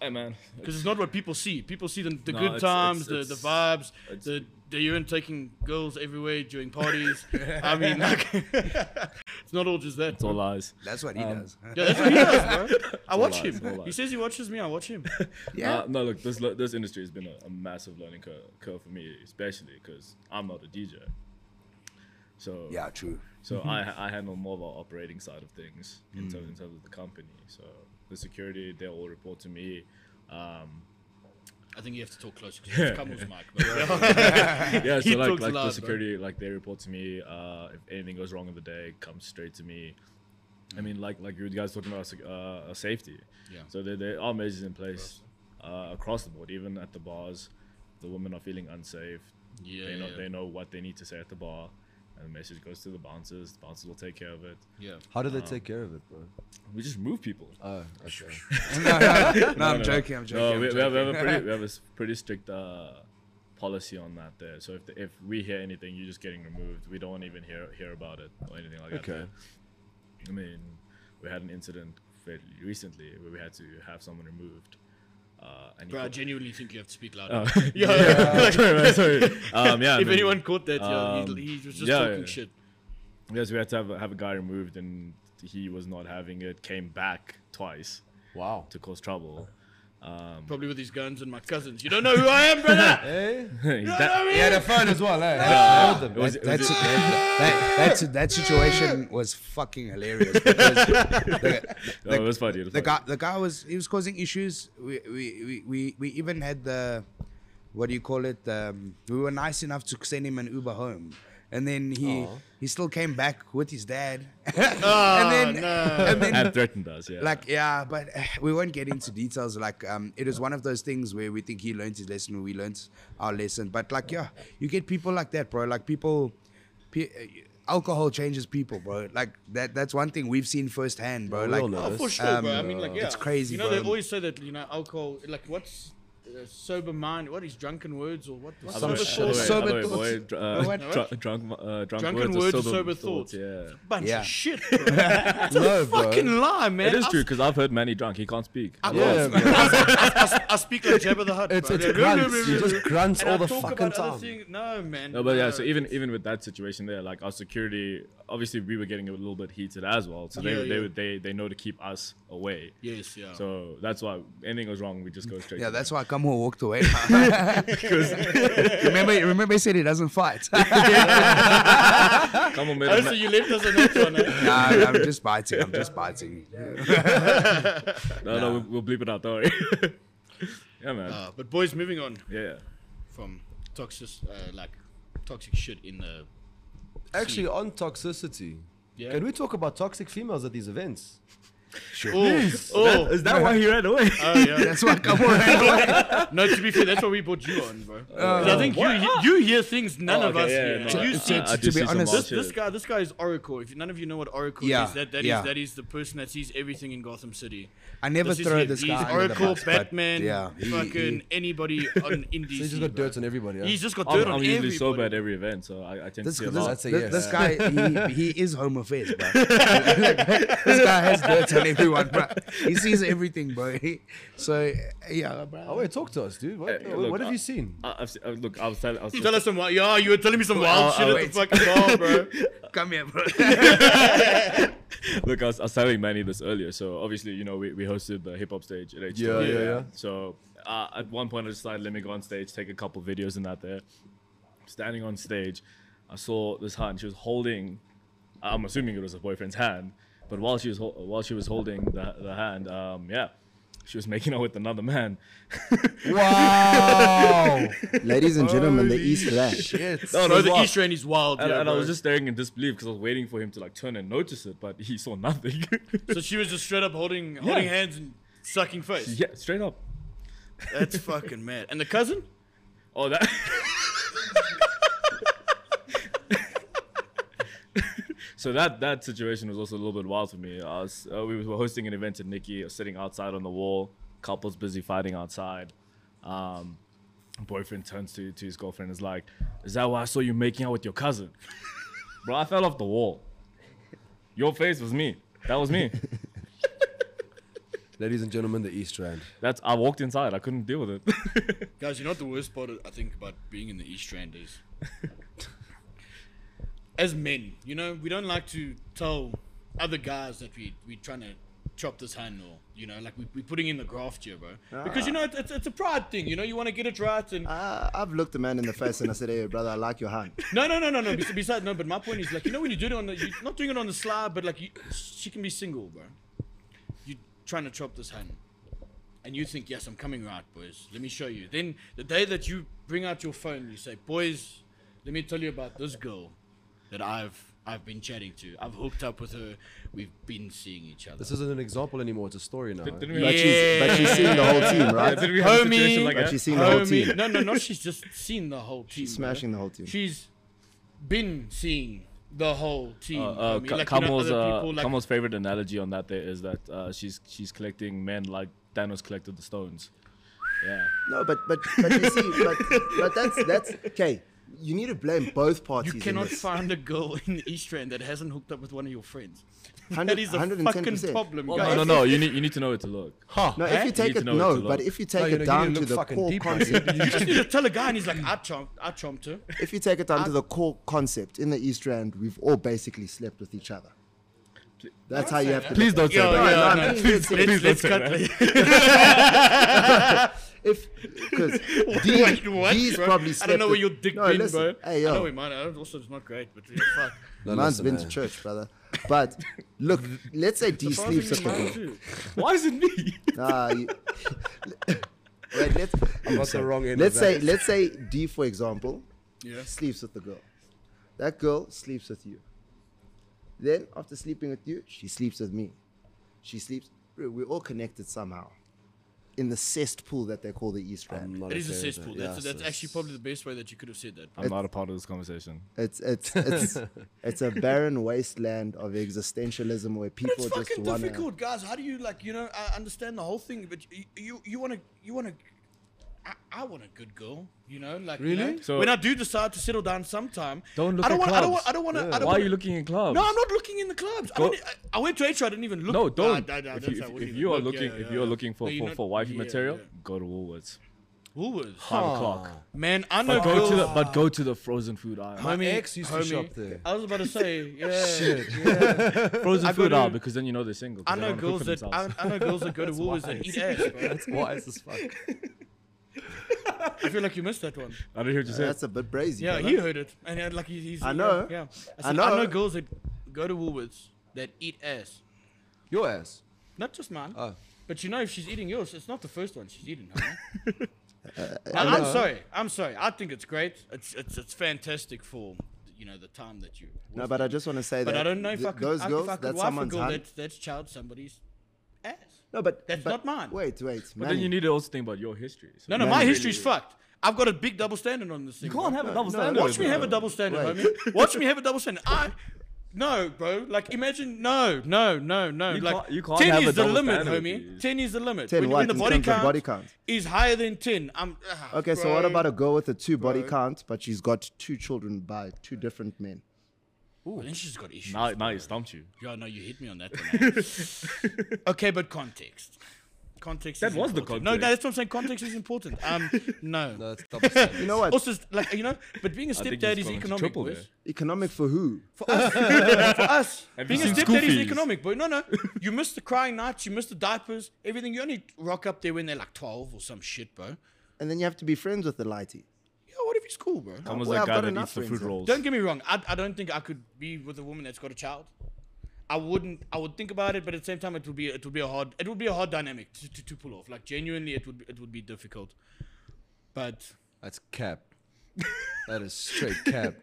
Hey, man.
Because it's not what people see. People see the, the
No,
good
it's-
times,
it's-
the, the
it's-
vibes,
it's-
the, the urine taking girls everywhere during
[LAUGHS]
parties. I mean, like, [LAUGHS] it's not all just that.
It's all lies.
That's what he
Um,
does.
Yeah, that's what he
[LAUGHS]
does, bro. I watch
lies,
him.
all
He
lies.
says he watches me. I watch him.
Yeah.
Uh, no, look, this le- this industry has been a, a massive learning cur- curve for me, especially because I'm not a DJ. So
Yeah, true.
so
[LAUGHS]
I I handle more of our operating side of things
Hmm.
in, terms, in terms of the company. So the security, they all report to me. Um,
I think you have to talk closer because it's Kamu's mic. bro.
[LAUGHS] yeah, so
He
like,
talks
like
loud, bro.
the security, like they report to me. Uh, if anything goes wrong in the day, it comes straight to me. I mean, like like you guys talking about sec- uh, uh, safety.
Yeah.
So there, there are measures in place uh, across the board, even at the bars. The women are feeling unsafe.
Yeah,
They know
yeah.
they know what they need to say at the bar, and the message goes to the bouncers. The bouncers will take care of it.
[LAUGHS] Yeah.
How do they take care of it, bro?
We just move people.
Oh, okay.
No, I'm joking. I'm joking.
No,
I'm
we, we have, we have a
joking.
pretty we have a s- pretty strict uh, policy on that there. So if the, if we hear anything, you're just getting removed. We don't even hear hear about it or anything like that.
Okay.
I mean, we had an incident fairly recently where we had to have someone removed. Uh, and he
Bro, I
called-
genuinely think you have to speak louder.
Oh.
[LAUGHS] Yeah.
[LAUGHS] sorry, man, sorry. Um, yeah. I
if
mean,
anyone caught that, yeah,
um,
he, he was just
yeah,
talking
yeah.
shit.
yes, we had to have a, have a guy removed, and he was not having it. Came back twice
Wow.
to cause trouble. [LAUGHS] Um,
Probably with his guns and my cousins. You don't know who I am,
[LAUGHS]
brother.
Hey.
He's that-
He had a phone as well, eh?
it was- it was-
That's that, that, that's- that situation was fucking hilarious because the,
oh, it was funny. it was
the
funny.
guy the guy was he was causing issues. We we, we, we, we even had the what do you call it? Um, we were nice enough to send him an Uber home. And then he he still came back with his dad. [LAUGHS]
Oh,
and then
no.
and then
and threatened us. Yeah.
like yeah but eh, we won't get into details like um it is one of those things where we think he learned his lesson we learned our lesson but like yeah you get people like that bro like people pe- eh, alcohol changes people bro like that that's one thing we've seen firsthand bro
we all
like
know.
Oh, for
Yes.
sure,
Um,
bro. I mean, like, yeah,
it's crazy,
You know, they
bro.
always say that you know, alcohol, like, what's uh, sober mind? What is drunken words or what? The
Other
sober
way-
shit.
thoughts.
Sober
other way-
thoughts.
other way, dr- uh,
What?
dr- Drunk, uh, drunk
Drunken
words,
words,
or
sober,
sober,
thoughts.
Yeah.
Bunch
Yeah.
of shit. Bro. That's a
No, bro.
fucking lie, man.
It is
I-
true because I've heard Manny drunk. He can't speak.
I,
Yeah, bro.
I, I speak like Jabba the Hutt.
It's-
bro.
it's
[LAUGHS] Yeah.
grunts. You just grunts
And
all
I
the
talk
fucking
about other
time.
thing- No, man.
No, but yeah. So
no.
even even with that situation there, like our security, obviously we were getting a little bit heated as well. So they
Yeah,
they
yeah.
would they they know to keep us away.
yes, yeah.
So that's why anything goes wrong, we just go straight.
yeah
to
that's
them.
why Kamu walked away [LAUGHS] remember remember he said he doesn't
[LAUGHS]
fight
[LAUGHS]
Come
Oh,
on, man.
so you left us on that
[LAUGHS]
one. eh?
Nah, I'm just biting I'm just biting
No, no, we'll, we'll bleep it out. Don't worry. [LAUGHS] yeah, man.
Uh, but boys, moving on
yeah.
from toxic, uh, like toxic shit in the
Actually, on toxicity.
Yeah.
Can we talk about toxic females at these events?
Oh, oh,
Is that why he ran away?
oh, yeah.
[LAUGHS] that's why Kamu ran
No, to be fair, that's why we brought you on,
[LAUGHS]
bro.
Uh,
'Cause I think you, you you hear things none
Oh,
of
okay,
us
yeah,
hear.
no,
and
I-
you
I-
see,
I
to
do
be
see some
honest,
wild
this, this
shit.
guy this guy is Oracle. If none of you know what Oracle
Yeah,
is, that that is
yeah.
that is the person that sees everything in Gotham City.
I never
This is
throw
him.
this
He's
guy under the
Oracle,
bus, but
Batman,
yeah, he-
fucking
he-
anybody
[LAUGHS]
on in DC.
He's just got
bro.
dirt on everybody. Yeah?
He's just got
I'm,
dirt on
I'm
everybody.
usually sober at every event, so I, I tend
This,
to see a
this,
lot.
That's a
this-
yes.
this guy, he, he is home affairs, bro. [LAUGHS] this guy has dirt on everyone, bro. He sees everything, bro. He- so, yeah,
Oh,
bro.
wait, talk to us, dude. What,
Hey,
what-
look,
what have
I-
you seen?
I, I've seen, uh, look, I was telling, I was
Tell us some wild. Yeah, you were telling me some wild
I'll-
shit
I'll
at the fucking bar,
[LAUGHS]
bro.
Come here, bro.
look, I was, I was telling Manny this earlier. So obviously, you know, we, we hosted the hip hop stage at H2.
Yeah, yeah, yeah.
So uh, at one point, I decided let me go on stage, take a couple videos and that there. standing on stage. I saw this hand. She was holding. I'm assuming it was her boyfriend's hand, but while she was hol- while she was holding the the hand, um, yeah, she was making out with another man.
Wow.
[LAUGHS] Ladies and gentlemen, the East Rand.
No,
no,
it was
the
wild.
East Rain is wild.
And,
yeah,
and I
bro.
was just staring in disbelief because I was waiting for him to like turn and notice it, but he saw nothing. [LAUGHS]
so she was just straight up holding holding hands and sucking face.
[LAUGHS] yeah, straight up.
That's fucking mad. And the cousin?
Oh, that. [LAUGHS] so that that situation was also a little bit wild for me. I was, uh, we were hosting an event in Nikki, sitting outside on the wall, couples busy fighting outside. Um, boyfriend turns to, to his girlfriend and is like, Is that why I saw you making out with your cousin? [LAUGHS] Bro, I fell off the wall. Your face was me. That was me.
[LAUGHS] Ladies and gentlemen, the East Rand.
That's I walked inside. I couldn't deal with it. [LAUGHS]
Guys, you know what the worst part I think about being in the East Rand is? As men, you know, we don't like to tell other guys that we we trying to chop this hand or you know, like we we putting in the graft here, bro. Because you know it's, it's, it's a pride thing, you know, you want to get it right and
Uh, I've looked the man in the face and I said, "Hey, brother, I like your hand."
no no no no no. bes- Besides, no, but my point is like you know when you do it on the you're not doing it on the sly, but like you, she can be single, bro. You trying to chop this hand. and you think, yes, I'm coming right, boys. Let me show you. Then the day that you bring out your phone, you say, boys, let me tell you about this girl that I've I've been chatting to. I've hooked up with her. We've been seeing each other.
This isn't an example anymore. It's a story now. eh?
Didn't we
But
have-
she's but she's seen the whole team,
yeah,
right?
didn't we have a situation
Homie.
like
But
that?
she's seen the whole
Homie-
team.
No, no, no. She's just seen the whole team.
She's
bro.
smashing the whole team.
She's been seeing the whole team.
Uh,
homie.
Ka-
Like, you know,
Kamal's,
other
uh,
people, like-
Kamal's favorite analogy on that there is that uh, she's she's collecting men like Thanos collected the stones. Yeah,
No, but but but you see, but but that's that's okay. You need to blame both parties.
you cannot
in this.
find a girl in the East Rand that hasn't hooked up with one of your friends. that
Hundred-
is a
110%.
fucking problem,
well,
guys.
no, no, no. You need you need to know where to look.
No, if you take
need
it,
to know it's
no.
a lot.
But if you take
No, you know,
it
you
down
need to
to
look
the
fucking
core
deep, bro.
concept,
[LAUGHS]
You just need to tell a guy, and he's like, I chomped, I chomped her. [LAUGHS]
if you take it down to the core concept, in the East Rand, we've all basically slept with each other. That's how you have to.
Please don't say
Yo, yo,
that.
Oh,
no,
no, I mean,
let's- let's- let's cut
[LAUGHS] If
[LAUGHS]
because
Wait, what,
D's
bro?
probably
I
slept
don't know where
with-
your dick
No,
been,
listen,
bro.
hey,
I
yo.
know we might. I don't- Also, it's not great, but yeah, fuck.
No,
Man's
listen,
been
eh.
to church, brother. But look, let's say D sleeps at the door.
Why is it me?
Nah, you- [LAUGHS] Wait, let's
I'm at the wrong end.
let's
of
say
that.
let's say D, for example,
Yeah.
sleeps with the girl. That girl sleeps with you. Then after sleeping with you, she sleeps with me. She sleeps. bro, We're all connected somehow, in the cesspool that they call the East
I'm
Rand.
not
It is a
afraid of
cesspool.
that.
That's,
Yeah,
that's
so-
actually probably the best way that you could have said that.
I'm not a part of this conversation.
It's
[LAUGHS]
it's it's it's a barren wasteland of existentialism where
But
people
it's
just
fucking
want
difficult, guys. How do you like? You know, I understand the whole thing, but you you, you want to you want to. I, I want a good girl, you know. Like you
Really?
know,
So-
when I do decide to settle down, sometime
Don't look
I don't
at
want. I don't want.
clubs.
I don't want. to I don't
Why are
wanna-
you looking in clubs?
No, I'm not looking in the clubs. I,
Go-
don't, I, I went to HR. I didn't even look.
No, don't.
Nah, nah, nah,
if
that's
you,
not-
if,
I wouldn't
if
even
you are
look.
looking,
Yeah,
if
yeah,
you are
yeah.
looking for
No, you're
for,
not-
for wifey
yeah,
material,
yeah.
go to Woolworths.
Woolworths.
Five o'clock.
Man, I know
But go to the
girls-
but go to the frozen food aisle.
My
homie,
ex used to
homie,
shop there.
I was about to say, [LAUGHS] yeah.
frozen
I go
food
to-
aisle because then you know they're single. 'cause
I
they
know
don't wanna
girls that
cook for
I,
themselves.
I know girls that go to Woolworths and eat ass. Bro.
That's wise as fuck.
I feel like you missed that one.
I didn't hear what
to.
you say.
That's a bit brazy.
Yeah,
brother.
he heard it, and uh, like he, he's.
I know.
Yeah,
I
I, said, I know.
know.
girls that go to Woolworths that eat ass,
Your ass.
not just mine.
Oh.
But you know, if she's eating yours, it's not the first one she's eating. Huh?
[LAUGHS] Uh,
Now, I'm sorry. I'm sorry. I think it's great. It's it's it's fantastic for you know the time that you.
No, but I just want to say
But
that
I don't know if
th-
I could.
those
I-
girls
if I could
that's
wife a
someone's
girl
hand.
that, that's child somebody's ass.
No, but
that's
but-
not mine.
Wait, wait,
But then
Manny.
you need to also think about your history. So
No, no, my history's fucked. I've got a big double standard on this thing.
You can't
bro.
have a double standard.
Watch me have a double standard,
Wait.
[LAUGHS]
homie. Watch me have a double standard. I no, bro. Like imagine no, no, no, no.
You
like
can't- you can't
ten
have
is
a
the
double
limit,
standard,
homie.
please.
Ten is the limit.
10
when,
what?
when the
In
body
terms of
count,
body count?
is higher than ten, I'm ah,
Okay, so what
bro.
about a girl with a two body count, but she's got two children by two different men?
Well, then she's got issues.
Now, now you stumped you.
Yeah, no, you hit me on that one. eh?
[LAUGHS]
okay, but context. Context.
That
is
was the
important. No,
context.
no, that's what I'm saying. Context is important.
[LAUGHS]
Um, no.
No, it's double
[LAUGHS]
standard.
You know what?
Also, like you know, but being a
I think
stepdad
he's
is
gone into
economic.
trouble
boys.
there.
Economic for who?
For us, [LAUGHS] for us,
Have you
being a
seen
stepdad is
Scoofies?
economic, boy. No, no, you miss the crying nights, you miss the diapers, everything. You only rock up there when they're like twelve or some shit, bro.
And then you have to be friends with the lighty.
Yo, what if you She's cool, bro.
I'm was
Well,
that
I've
guy
got
that
enough
eats the
friends
fruit
then.
rolls.
Don't get me wrong. I, I don't think I could be with a woman that's got a child. I wouldn't. I would think about it, but at the same time, it would be it would be a hard it would be a hard dynamic to, to, to pull off. Like genuinely, it would be, it would be difficult. But
That's cap. that is straight cap.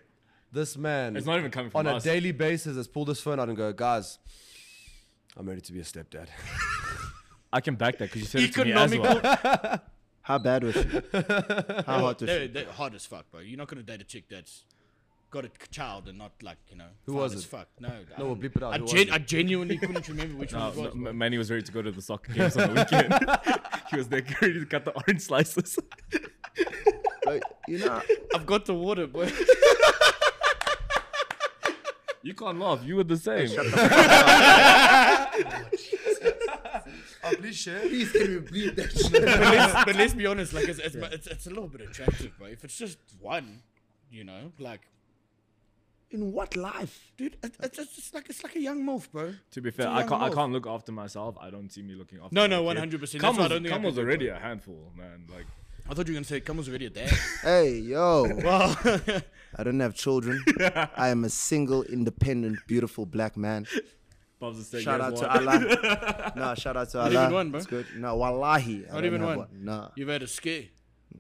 This man
It's not even coming
on
from us.
a daily basis has pulled his phone out and go, guys, I'm ready to be a stepdad. [LAUGHS]
I can back that because you said it to me as
economical,
[LAUGHS] well.
How
[LAUGHS]
bad was she? How hot was
they're,
she?
they're hard as fuck, bro. You're not gonna date a chick that's got a child and not like you know. Who
was
as
it?
Fuck no. um,
No, we'll beep it out.
I,
Who was
gen-
it?
I genuinely couldn't remember which
[LAUGHS]
one
No,
it was.
no, M- Manny was ready to go to the soccer games [LAUGHS] on the weekend. [LAUGHS] he was there ready to cut the orange slices.
Bro, you know,
I've got the water, boy.
[LAUGHS] you can't laugh. You were the same.
oh, please share.
please can you bleep that
[LAUGHS]
shit?
but, let's, but let's be honest, like it's it's, it's it's a little bit attractive, bro. If it's just one, you know, like
In what life?
dude, it, it's, it's just like it's like a young morph, bro.
to be fair,
It's a
I
young
can't. I
morph.
can't look after myf. I don't see me looking after.
No,
my
no, 100%.
kid.
That's why I don't
Kamel's,
think I
Kamel's
could do
already a handful, man. Like
I thought you were gonna say Kamel's already a
[LAUGHS]
dad.
Hey, yo.
well, [LAUGHS]
I don't have children. I am a single, independent, beautiful black man.
Bob's is saying,
Shout
"Yes,
out
what?"
to
[LAUGHS]
Allah. no, shout out to Allah.
even one, bro.
It's good. No, wallahi. I
not
don't
even
have
one.
No.
You've had a scare.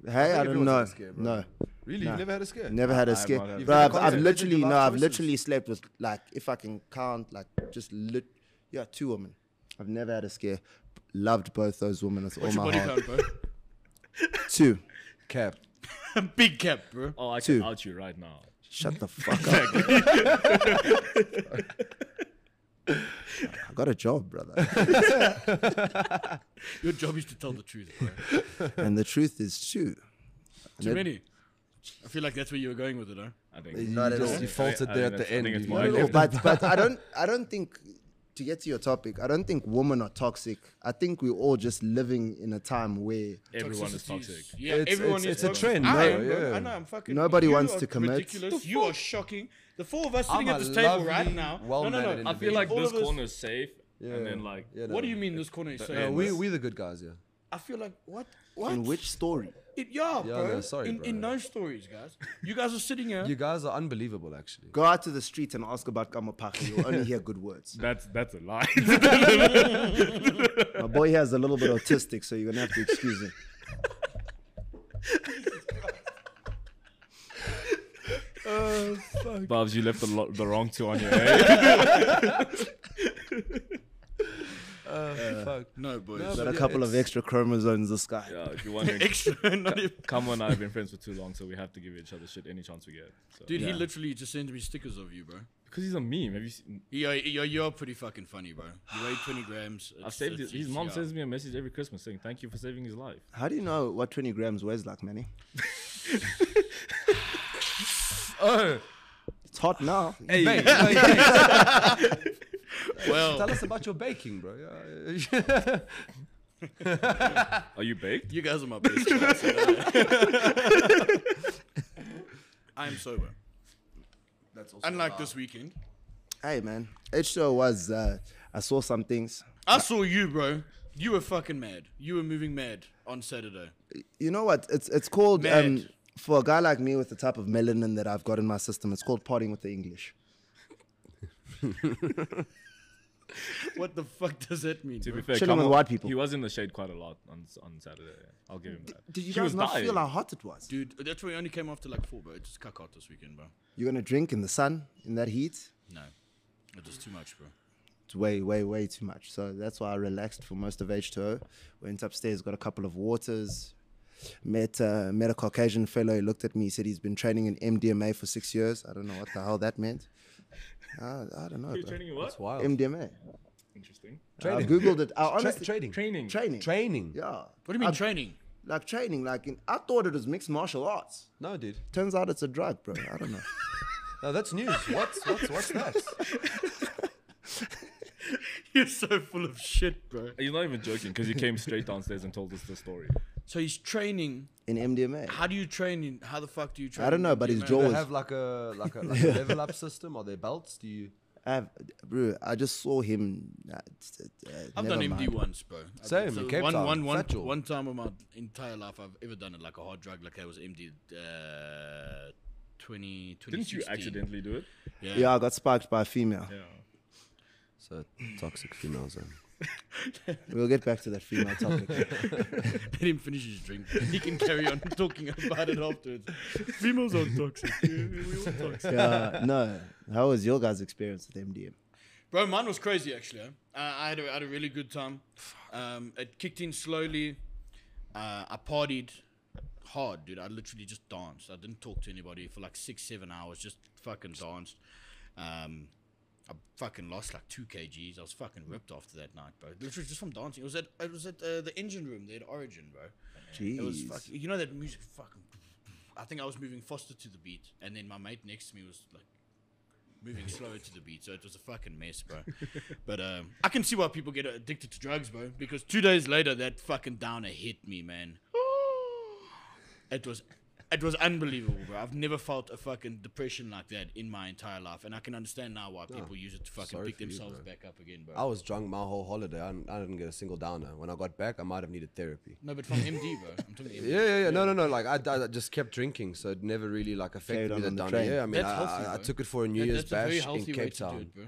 Hey, I, don't
everyone's
know.
had a scare, bro.
no.
Really?
Nah.
You never had a scare?
Never had a
I've
scare.
not had- You've
Bro,
had
I've, I've
contact.
literally,
Lived your
no,
life
I've
choices.
literally slept with, like, if I can count, like, just lit, yeah, two women. I've never had a scare. Loved both those women with
Oh,
all
What's your
my
body count,
heart.
bro?
Two.
Cap.
Big cap, bro. [LAUGHS]
Oh, I can
Two.
out you right now.
Shut the fuck up. [LAUGHS] I got a job, brother.
Your job is to tell the truth, bro.
and the truth is two.
Too many. I feel like that's where you were going with it, huh?
I think.
Not at
Just-
all.
you faltered
I
there
think
at the
that's- I
end.
think it's
You
more
know?
Not at all,
Okay.
but but I don't I don't think to get to your topic, I don't think women are toxic. I think we're all just living in a time where
Everyone
Toxicity
is
is-
toxic.
Yeah,
It's-
everyone
it's-
is.
it's a
toxic.
trend,
I
no,
am, bro.
yeah.
I know. I'm fucking.
Nobody
you
wants
are
to commit.
Ridiculous. You are shocking. The four of us
I'm
sitting at
a
this table right
lovely,
now. No, no,
well-mannered
no. I feel
individual.
like
Like
all
this
of us.
corner is safe, and then like
Yeah, no.
What do you mean this corner is safe?
No, we, we're the good guys, yeah.
I feel like what? What?
in which story?
It, yeah, bro.
no, sorry,
in,
bro.
in no stories, guys. You guys are sitting here.
You guys are unbelievable, actually.
Go out to the street and ask about Kamapaki. You'll only hear good words.
that's that's a lie. [LAUGHS]
My boy has a little bit autistic, so you're gonna have to excuse him.
Bob's, you left the, lo- the wrong two [LAUGHS] on your head.
Fuck.
no, boys.
No,
Got
but
a
yeah,
couple of
it's-
extra chromosomes this guy.
yeah, [LAUGHS] if you're wondering,
[LAUGHS] Extra. Not even.
come on, I've been friends for too long, so we have to give each other shit any chance we get. So.
Dude, he literally just sent me stickers of you, bro.
because he's a meme. Have you? Seen,
You're, you're, you're pretty fucking funny, bro. You weigh 20 grams.
I've
It's-
saved his,
it's-
his
it's-
mom
yeah.
sends me a message every Christmas saying thank you for saving his life.
How do you know what 20 grams weighs like, [LAUGHS] Manny?
Oh,
It's hot now.
hey, hey,
Well,
tell us about your baking, bro. Yeah, yeah.
Are you baked?
you guys are my best. guys, you know that. I am sober.
That's also
Unlike this weekend,
Hey man, H2O was. Uh, I saw some things.
I saw you, bro. You were fucking mad. You were moving mad on Saturday.
You know what? It's it's called
Mad.
um, for a guy like me with the type of melanin that I've got in my system. It's called partying with the English.
What the fuck does that mean?
To
bro?
be fair,
Chilling with
Kamal-
white people.
He was in the shade quite a lot on on Saturday. I'll give him that.
Did you
He
guys
was
not
dying.
feel how hot it was?
Dude, that's why we only came after like four, bro. It's just cuck out this weekend, bro.
You're gonna drink in the sun in that heat.
No, it's just too much, bro.
It's way, way, way too much. So that's why I relaxed for most of H2O. Went upstairs, got a couple of waters. Met uh, met a Caucasian fellow. He looked at me. He said he's been training in MDMA for six years. I don't know what the hell that meant. Uh, I don't know. Bro.
You're
Oh.
training in what?
It's wild.
MDMA.
Interesting.
I googled it. I
Tra-
honestly
trading.
Training.
training.
Training.
Yeah.
What do you mean training? [LAUGHS]
like training. Like in, I thought it was mixed martial arts.
No, dude.
Turns out it's a drug, bro. I don't know.
No, that's
[LAUGHS]
news. What's what's what's that?
You're so full of shit, bro.
He's not even joking because he came straight downstairs and told us the story.
So he's training.
In MDMA.
How do you train? In, how the fuck do you train?
I don't
in
know, but his
MDMA?
jaw
Do they
was.
have like a like a, like a level up system? Are there belts? Do you?
I have, bro. I just saw him. uh, t- t- uh,
I've
never
done MD
mind.
once, bro. I've-
Same, in Cape
one,
Town,
one- one-
Fat Jaw.
one time of my entire life I've ever done it like a hard drug, like I was MD. Uh, 20,
Didn't you
2016.
accidentally do it?
Yeah. [LAUGHS]
Yeah, I got sparked by a female.
Yeah.
So toxic females. eh?
We'll get back to that female
[LAUGHS]
topic.
Let him finish his drink. He can carry on [LAUGHS] talking about it afterwards. Females are toxic. Yeah, we all toxic.
yeah, Uh, no. How was your guys' experience with MDM?
Bro, mine was crazy actually. eh? Uh, I, had a, I had a really good time. Um, it kicked in slowly. Uh, I partied hard, dude. I literally just danced. I didn't talk to anybody for like six, seven hours. Just fucking danced. Um, I fucking lost like two kgs. I was fucking ripped after that night, bro. Literally just from dancing. It was at it was at uh, the engine room there at Origin, bro. It was
Jeez.
fucking. You know that music, fucking. I think I was moving faster to the beat, and then my mate next to me was like moving slower to the beat. So it was a fucking mess,
[LAUGHS]
bro. but um, I can see why people get addicted to drugs, bro. Because two days later, that fucking downer hit me,
[GASPS]
man. it was. It was unbelievable, bro. I've never felt a fucking depression like that in my entire life, and I can understand now why people use it to fucking
sorry
pick
for you,
themselves
bro.
back up again, bro.
I was drunk my whole holiday. I didn't, I didn't get a single downer. When I got back, I might have needed therapy.
no, but from MD, bro. I'm talking MD.
Yeah, yeah, yeah. No, no, no. Like I, I just kept drinking, so it never really like affected
Carried
me
on
that
on the
downer.
train.
Yeah, I mean,
That's
I,
healthy,
I, I
bro.
took it for a New
That-
Year's
that's a very
bash in
healthy way
Cape
to do
Town,
it, bro.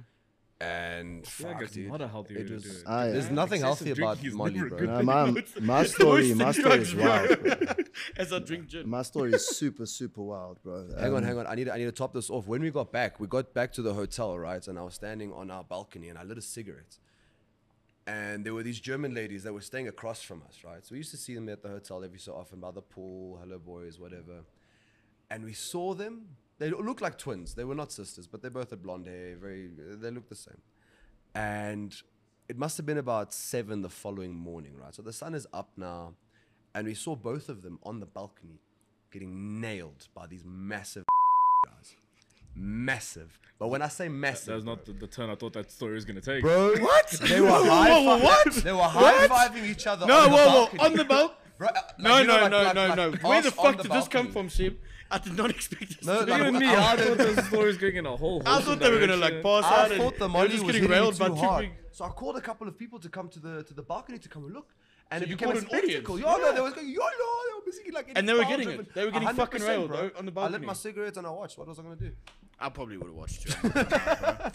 and
Fuck,
fuck,
it's
dude,
not a healthy way
it
to
was-
do it.
I, uh,
There's nothing
Excessive
healthy about
drinking is
Molly,
never a
bro.
good
no, my, my story, my story is wild. bro.
[LAUGHS] As I drink gin.
My story is super, super wild,
[LAUGHS]
bro.
Hang on,
Um,
hang on. I need, to- I need to top this off. When we got back, we got back to the hotel, right? And I was standing on our balcony and I lit a cigarette. And there were these German ladies that were staying across from us, right? So we used to see them at the hotel every so often by the pool, hello boys, whatever. And we saw them. They looked like twins. They were not sisters, but they both had blonde hair. Very, they looked the same. And it must have been about seven the following morning, right? So the sun is up now. And we saw both of them on the balcony getting nailed by these massive [LAUGHS] guys. Massive. But when I say massive,
That's not the, the turn I thought that story was gonna take.
bro. What? They were high.
whoa,
fi-
what?
They were high fiving each other.
No,
on the
whoa,
balcony.
whoa, on the boat.
Bro, uh, [LAUGHS] like,
No,
you know,
no,
like-
no,
like-
no,
like
no.
ass
Where the
on
fuck did this
balcony.
come from, Seb? I did not expect this. [LAUGHS]
No,
to be
like,
on me.
I-
Me,
I
I thought
did-
the story was going in a whole.
I thought they were gonna like pass
I
out. and
thought
they
the
were
Molly
just
was
getting
hitting
railed
railed
by
too
two
hard.
big.
So I called a couple of people to come to the to the balcony to come and look. And
So
it
you
became a
called an audience?
spectacle. Yo, no, they was going, yo, no, they were basically like
And they were
crowd
getting
driven.
it. They were getting
100%,
fucking railed,
bro.
though, on the
I lit
balcony.
my cigarettes and I watched. What was I gonna do?
I probably would have watched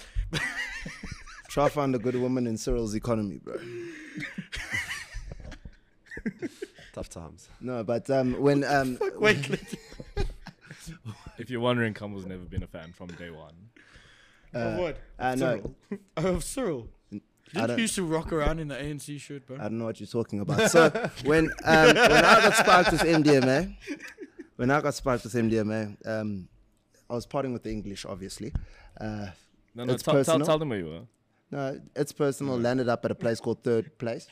[LAUGHS]
you.
Try find a good woman in Cyril's economy, bro.
Tough times.
No, but um, when um,
Wait,
[LAUGHS]
let-
If you're wondering, Kamal's never been a fan from day one.
uh,
of what?
I know,
Oh, of Cyril. Didn't
don't-
you used to rock around in the ANC shirt, bro?
Uh,
I don't know what you're talking
[LAUGHS]
about. So when um, when I got sparked with MDMA, when I got sparked with MDMA, um, I was parting with the English, obviously. Uh,
No, no,
It's
tell, tell,
personal.
tell them where you were.
no, it's personal. Landed up at a place called Third Place.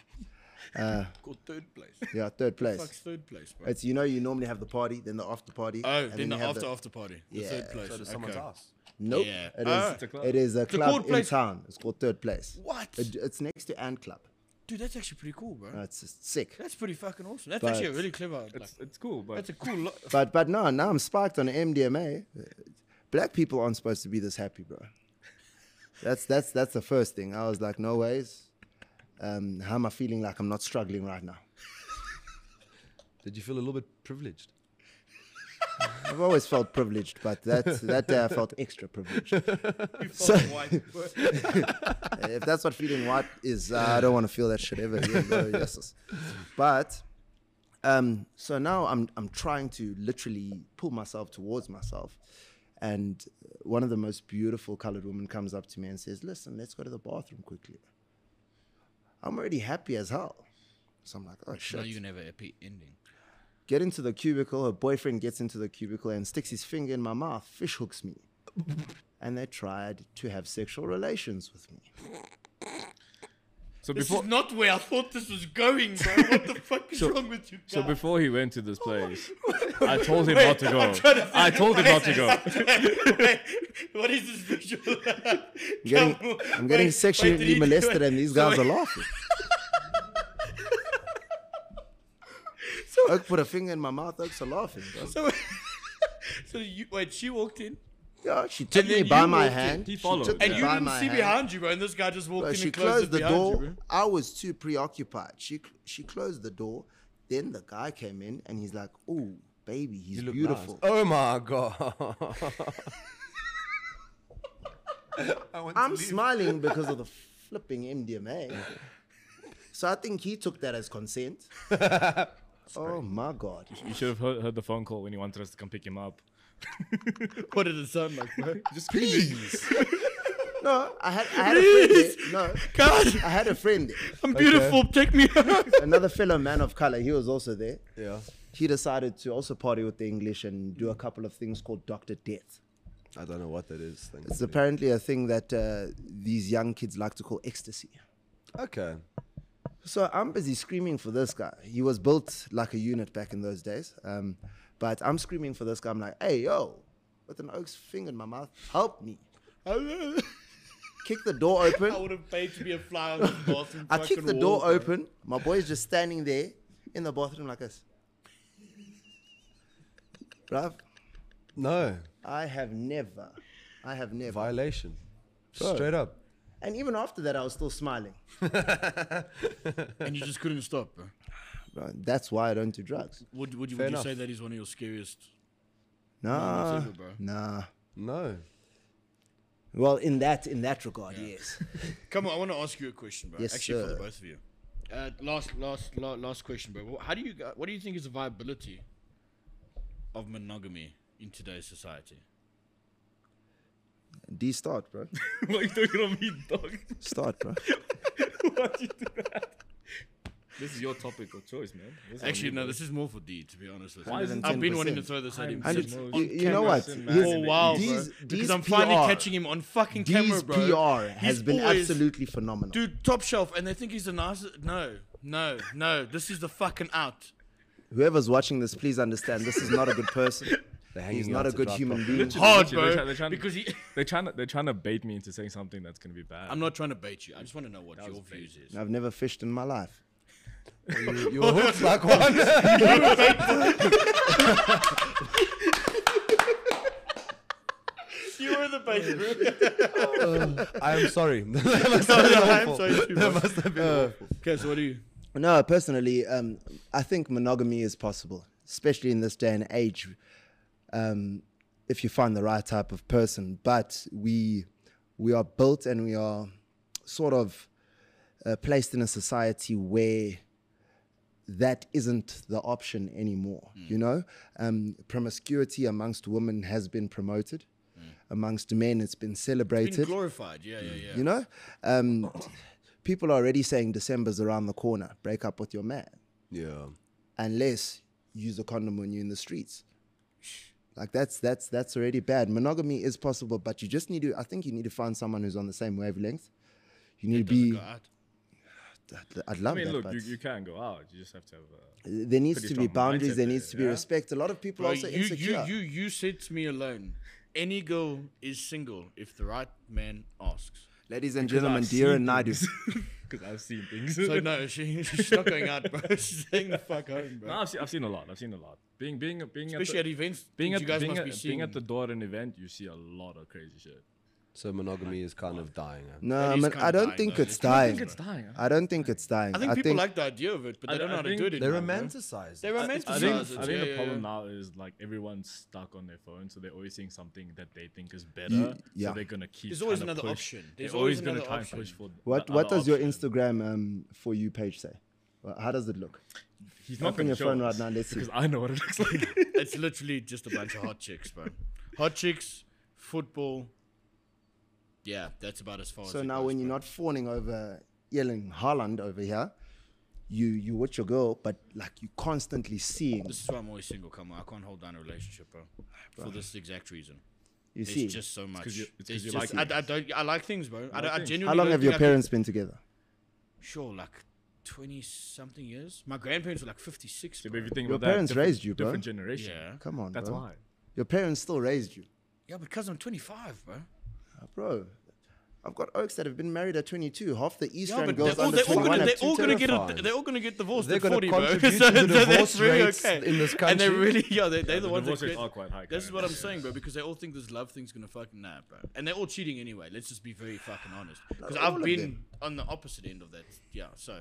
Called third place.
Yeah, Third
Fuck's
Place.
third place, bro.
It's you know you normally have the party, then the after party.
Oh,
and
then the
you have
after after party. The
Yeah.
third place.
So does someone's
okay.
house.
Nope.
Yeah.
It is.
Ah. It's
a club.
It is a
The
club
called
in
place-
town. It's called Third Place.
What?
It- it's next to Ant Club.
Dude, that's actually pretty cool, bro.
No,
Uh,
it's just sick.
That's pretty fucking awesome. That's
But-
actually a really clever. Like,
It's, it's cool, but
that's a cool. Lo-
But but no, now I'm sparked on MDMA. Black people aren't supposed to be this happy, bro. That's that's that's the first thing. I was like, no ways. Um, how am I feeling like I'm not struggling right now?
Did you feel a little bit privileged?
I've always felt privileged, but that that day I felt extra
[LAUGHS]
privileged.
fucking white, bro.
[LAUGHS] if that's what feeling white is, uh, I don't want to feel that shit ever again,
[LAUGHS]
bro. Yes. But um, so now I'm I'm trying to literally pull myself towards myself, and one of the most beautiful colored women comes up to me and says, "Listen, let's go to the bathroom quickly." I'm already happy as hell, so I'm like, "Oh
Now
shit!"
you can have a happy ending.
Get into the cubicle. Her boyfriend gets into the cubicle and sticks his finger in my mouth. Fish hooks me. And they tried to have sexual relations with me.
so
This
before
is not where I thought this was going, bro. What
[LAUGHS]
the fuck is wrong with you guys?
so before he went to this
[LAUGHS]
place, I told him not to go. I told him not to
[LAUGHS]
go.
what is this visual?
[LAUGHS] I'm
[LAUGHS]
getting, I'm getting sexually molested, and these guys are laughing. Oak put a finger in my mouth. Oaks are laughing. Bro.
So, so you wait. She walked in.
Yeah, she took
And
me
then
by
you
my
walked in.
hand.
He
She
followed.
took me
Yeah.
And you
by
didn't
my
see
hand.
behind you, bro. And this guy just walked
Bro,
in
she
and
closed
closed, it
the
behind you,
door.
bro.
I was too preoccupied. She cl- she closed the door. Then the guy came in and he's like, "Oh, baby, he's
You look
beautiful."
nice. Oh my god. [LAUGHS]
I'm smiling
[LAUGHS]
because of the flipping MDMA. So I think he took that as consent. oh my god!
You should have heard, heard the phone call when he wanted us to come pick him up.
What did it sound like,
[LAUGHS]
bro?
Just please.
No, I had I had a friend. There. No,
God,
I had a friend. There.
I'm beautiful. Take me.
[LAUGHS] Another fellow man of color. He was also there.
yeah.
He decided to also party with the English and do a couple of things called Doctor Death.
I don't know what that is. thank
It's
you.
apparently a thing that uh, these young kids like to call ecstasy.
okay.
So I'm busy screaming for this guy. He was built like a unit back in those days. Um, but I'm screaming for this guy. I'm like, hey, yo, with an oak's finger in my mouth, help me.
I
Kick
[LAUGHS]
the door open.
would have paid to be a fly on the bathroom.
I kick
fucking
the
wall,
door
bro.
open. My boy's just standing there in the bathroom like this. Bruv,
No.
I have never, I have never.
Violation. Straight up.
and even after that, I was still smiling.
and you just couldn't stop, bro.
Bruh, that's why I don't do drugs.
Would would you,
Fair
would you
enough.
say that is one of your scariest?
Nah,
ever, bro.
nah.
No.
Well, in that in that regard, yes.
Come on, I want to ask you a question, bro.
Yes,
Actually, for the
sir.
both of you. Uh, last, last, last, last question, bro. Wha- How do you? gu- What do you think is the viability of monogamy in today's society?
D start,
[LAUGHS]
bro.
what you talking on me, dog?
Start,
[LAUGHS]
bro.
Why'd you do that? This is your topic of choice, man. This is on
Actually,
you,
no.
bro.
This is more for D, to be honest with
Why
you.
is it
I've been wanting to
10%?
throw this at him.
I'm
since-
just-
on
you, you know
camera,
what?
sin,
His-
man.
Oh wow, bro.
D's-
because
D's
I'm finally
PR.
catching him on fucking camera,
D's
bro.
PR has
He's
been
always-
absolutely phenomenal.
dude top shelf, and they think he's the nicest. No, no, no. This is the fucking out.
Whoever's watching this, please understand this is not a
[LAUGHS]
good person.
They're hanging
He's
you
not
out
a
to
good
dry
human
properly.
being.
Hard,
Literally,
bro.
they're trying-
because he. [LAUGHS]
They're trying to they're trying to bait me into saying something that's gonna be bad.
I'm not trying to bait you. I just want to know what your
was bait.
views is.
I've never fished in my life.
You- Your hook's like one.
You were the bait, bro. Oh,
I am sorry. That must
No,
have been
no, I'm
awful.
sorry, too,
That
bro.
must have been awful.
Uh, Okay, so what do you?
No, personally, um, I think monogamy is possible, especially in this day and age, um, if you find the right type of person. But we we are built and we are sort of uh, placed in a society where that isn't the option anymore. You know, um, promiscuity amongst women has been promoted, amongst men it's been celebrated.
Being glorified, yeah, yeah, yeah.
You know, um, people are already saying December's around the corner. Break up with your man
Yeah.
unless you use a condom when you're in the streets. Like that's that's that's already bad. Monogamy is possible, but you just need to. I think you need to find someone who's on the same wavelength. You need to
Doesn't
be.
go out.
I'd- I'd
I
love
mean,
that,
look,
but
you, you can go out. You just have to have. A,
there needs
pretty
to be
strong mindset
boundaries. There
there,
needs to be
yeah?
respect. A lot of people
Bro,
also
you, you,
insecure.
you, you said to me alone, any girl is single if the right man asks.
Ladies and
I've
gentlemen,
seen
dear and Naidu.
[LAUGHS] Because I've seen things.
[LAUGHS] So no, she, she's not going out, bro. [LAUGHS] She's staying the fuck home,
[LAUGHS] No,
bro.
I've seen, I've seen a lot. I've seen a lot. Being being being
Especially
at
at
the,
events,
being at
you guys
being,
must
at,
be
being
seeing.
at the door at an event, you see a lot of crazy shit.
So monogamy is kind of dying. eh?
No,
That
I,
is
mean,
kinda
I don't
dying,
think
though.
it's
I
I
dying.
think it's dying.
I don't think it's dying.
I think people like the idea of it, but they
I-
don't know
I
how to
think
do it.
They
anymore, bro.
romanticize.
They
it.
romanticize
I think, I
it.
think
yeah,
the
yeah,
problem
yeah.
now is like everyone's stuck on their phone, so they're always seeing something that they think is better.
yeah.
So they're gonna keep.
There's always
trying to
another
push-
option. There's
they're always,
always
gonna
another
try
option.
and push for. the
What
other
What does your
option.
Instagram um for you page say? Well, How does it look?
He's not
Open
gonna
your
show
phone right
us,
now, let's see.
Because I know what it looks like.
[LAUGHS]
it's literally just a bunch of hot chicks, bro. Hot chicks, football. Yeah, that's about as far as.
So
it
now,
goes,
when you're
bro.
not fawning over Erling Haaland over here, you you with your girl, but like you constantly seeing.
This is why I'm always single. Come on, I can't hold down a relationship, bro, for this exact reason.
You see.
It's just so much.
'cause you- it's 'cause
There's
you
just-
like
I, I don't. I like things, bro. I, don't, I
things.
genuinely.
How long
don't
have
think
your
I could-
parents been together?
sure, like twenty something years. My grandparents were like fifty six.
But if you think
Your
about that,
parents
different-
raised you, bro.
Different generation.
Yeah.
Come on,
That's
bro.
why.
Your parents still raised you,
Yeah, because I'm twenty five, bro.
Uh, bro. I've got oaks that have been married at 22. Half the East
Yeah,
Rand
but
girls
they're all,
under
they're all
21
gonna,
are
they're
too
all gonna get a,
terrified.
they're all gonna get divorced
They're
at
gonna
forty, bro. [LAUGHS]
contribute to the divorce rates in this
And they're
country.
really yeah, they they're the ones that
divorce rates
create-
are quite high
This is
currently,
what I'm saying, bro, because they all think this love thing's gonna fucking nah, bro. And they're all cheating anyway. Let's just be very fucking honest. Because
all
I've
of
been
them.
on the opposite end of that. Yeah, so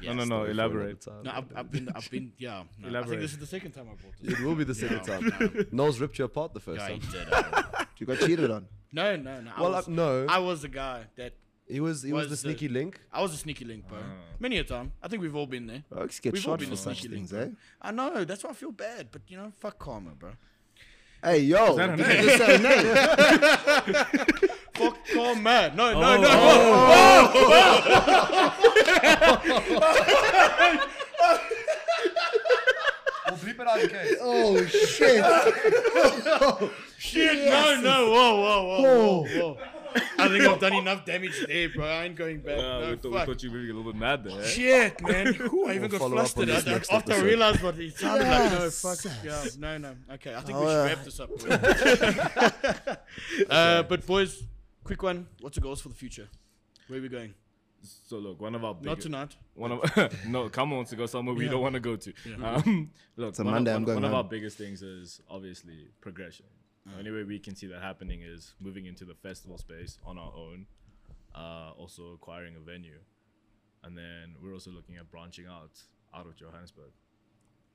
yeah,
[LAUGHS] no, no, no. Elaborate. [LAUGHS]
No, I've, I've been, I've been, yeah. no, I think
Elaborate.
this is the second time I bought this.
It will be the
[LAUGHS]
second time. Knowles ripped you apart the first
Yeah, he
time.
did. I know.
You got cheated on.
No, no, no. I
Well,
was,
uh, no.
I was the guy that
He was he
Was
was, the
the-
sneaky link.
I was a sneaky link, bro.
Ah.
Many a time. I think we've all been there.
Oaks get
We've all
shot
been
for
a
such
sneaky link,
things,
bro.
eh?
I know. That's why I feel bad. But you know, fuck karma, bro.
eh? Hey, yo.
[LAUGHS]
that
did you
an
just say a name?
Fuck karma. No, no, no.
We'll bleep it out in case.
Oh, shit.
Shit, no, no. Whoa, whoa, whoa, whoa, whoa. I think I've done enough damage there, bro. I ain't going back.
Uh,
no,
we, thought, we
fuck.
thought you were really a little bit mad there. eh?
Shit, man. [LAUGHS] Who I even got
follow up on
flustered
this
at that
next
after I
episode.
realized what he sounded like. No,
Yes.
fuck. Yeah, no, no. Okay, I think we
Oh,
should
uh,
wrap this up. [LAUGHS] boys. uh, but, boys, quick one. What's the goals for the future? Where are we going?
So look, one of our
Not
biggest,
tonight.
one of [LAUGHS] no, Kama wants to go somewhere we don't want to go to. Um, look,
a
one,
Monday,
of,
I'm
one, one
going
of our
home.
biggest things is obviously progression. The only way we can see that happening is moving into the festival space on our own, uh, also acquiring a venue, and then we're also looking at branching out out of Johannesburg.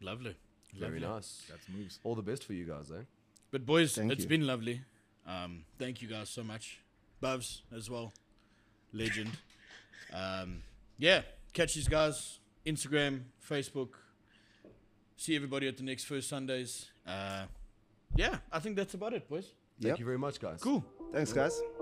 Lovely.
Very nice.
That's moves.
All the best for you guys, eh?
But boys, it's
Thank you.
been lovely. Um, thank you guys so much. Bubs as well,
[LAUGHS]
legend. um, yeah, catch these guys Instagram, Facebook. See everybody at the next first Sundays. Uh, yeah, I think that's about it, boys.
Thank
Yep.
you very much, guys.
Cool.
Thanks, guys.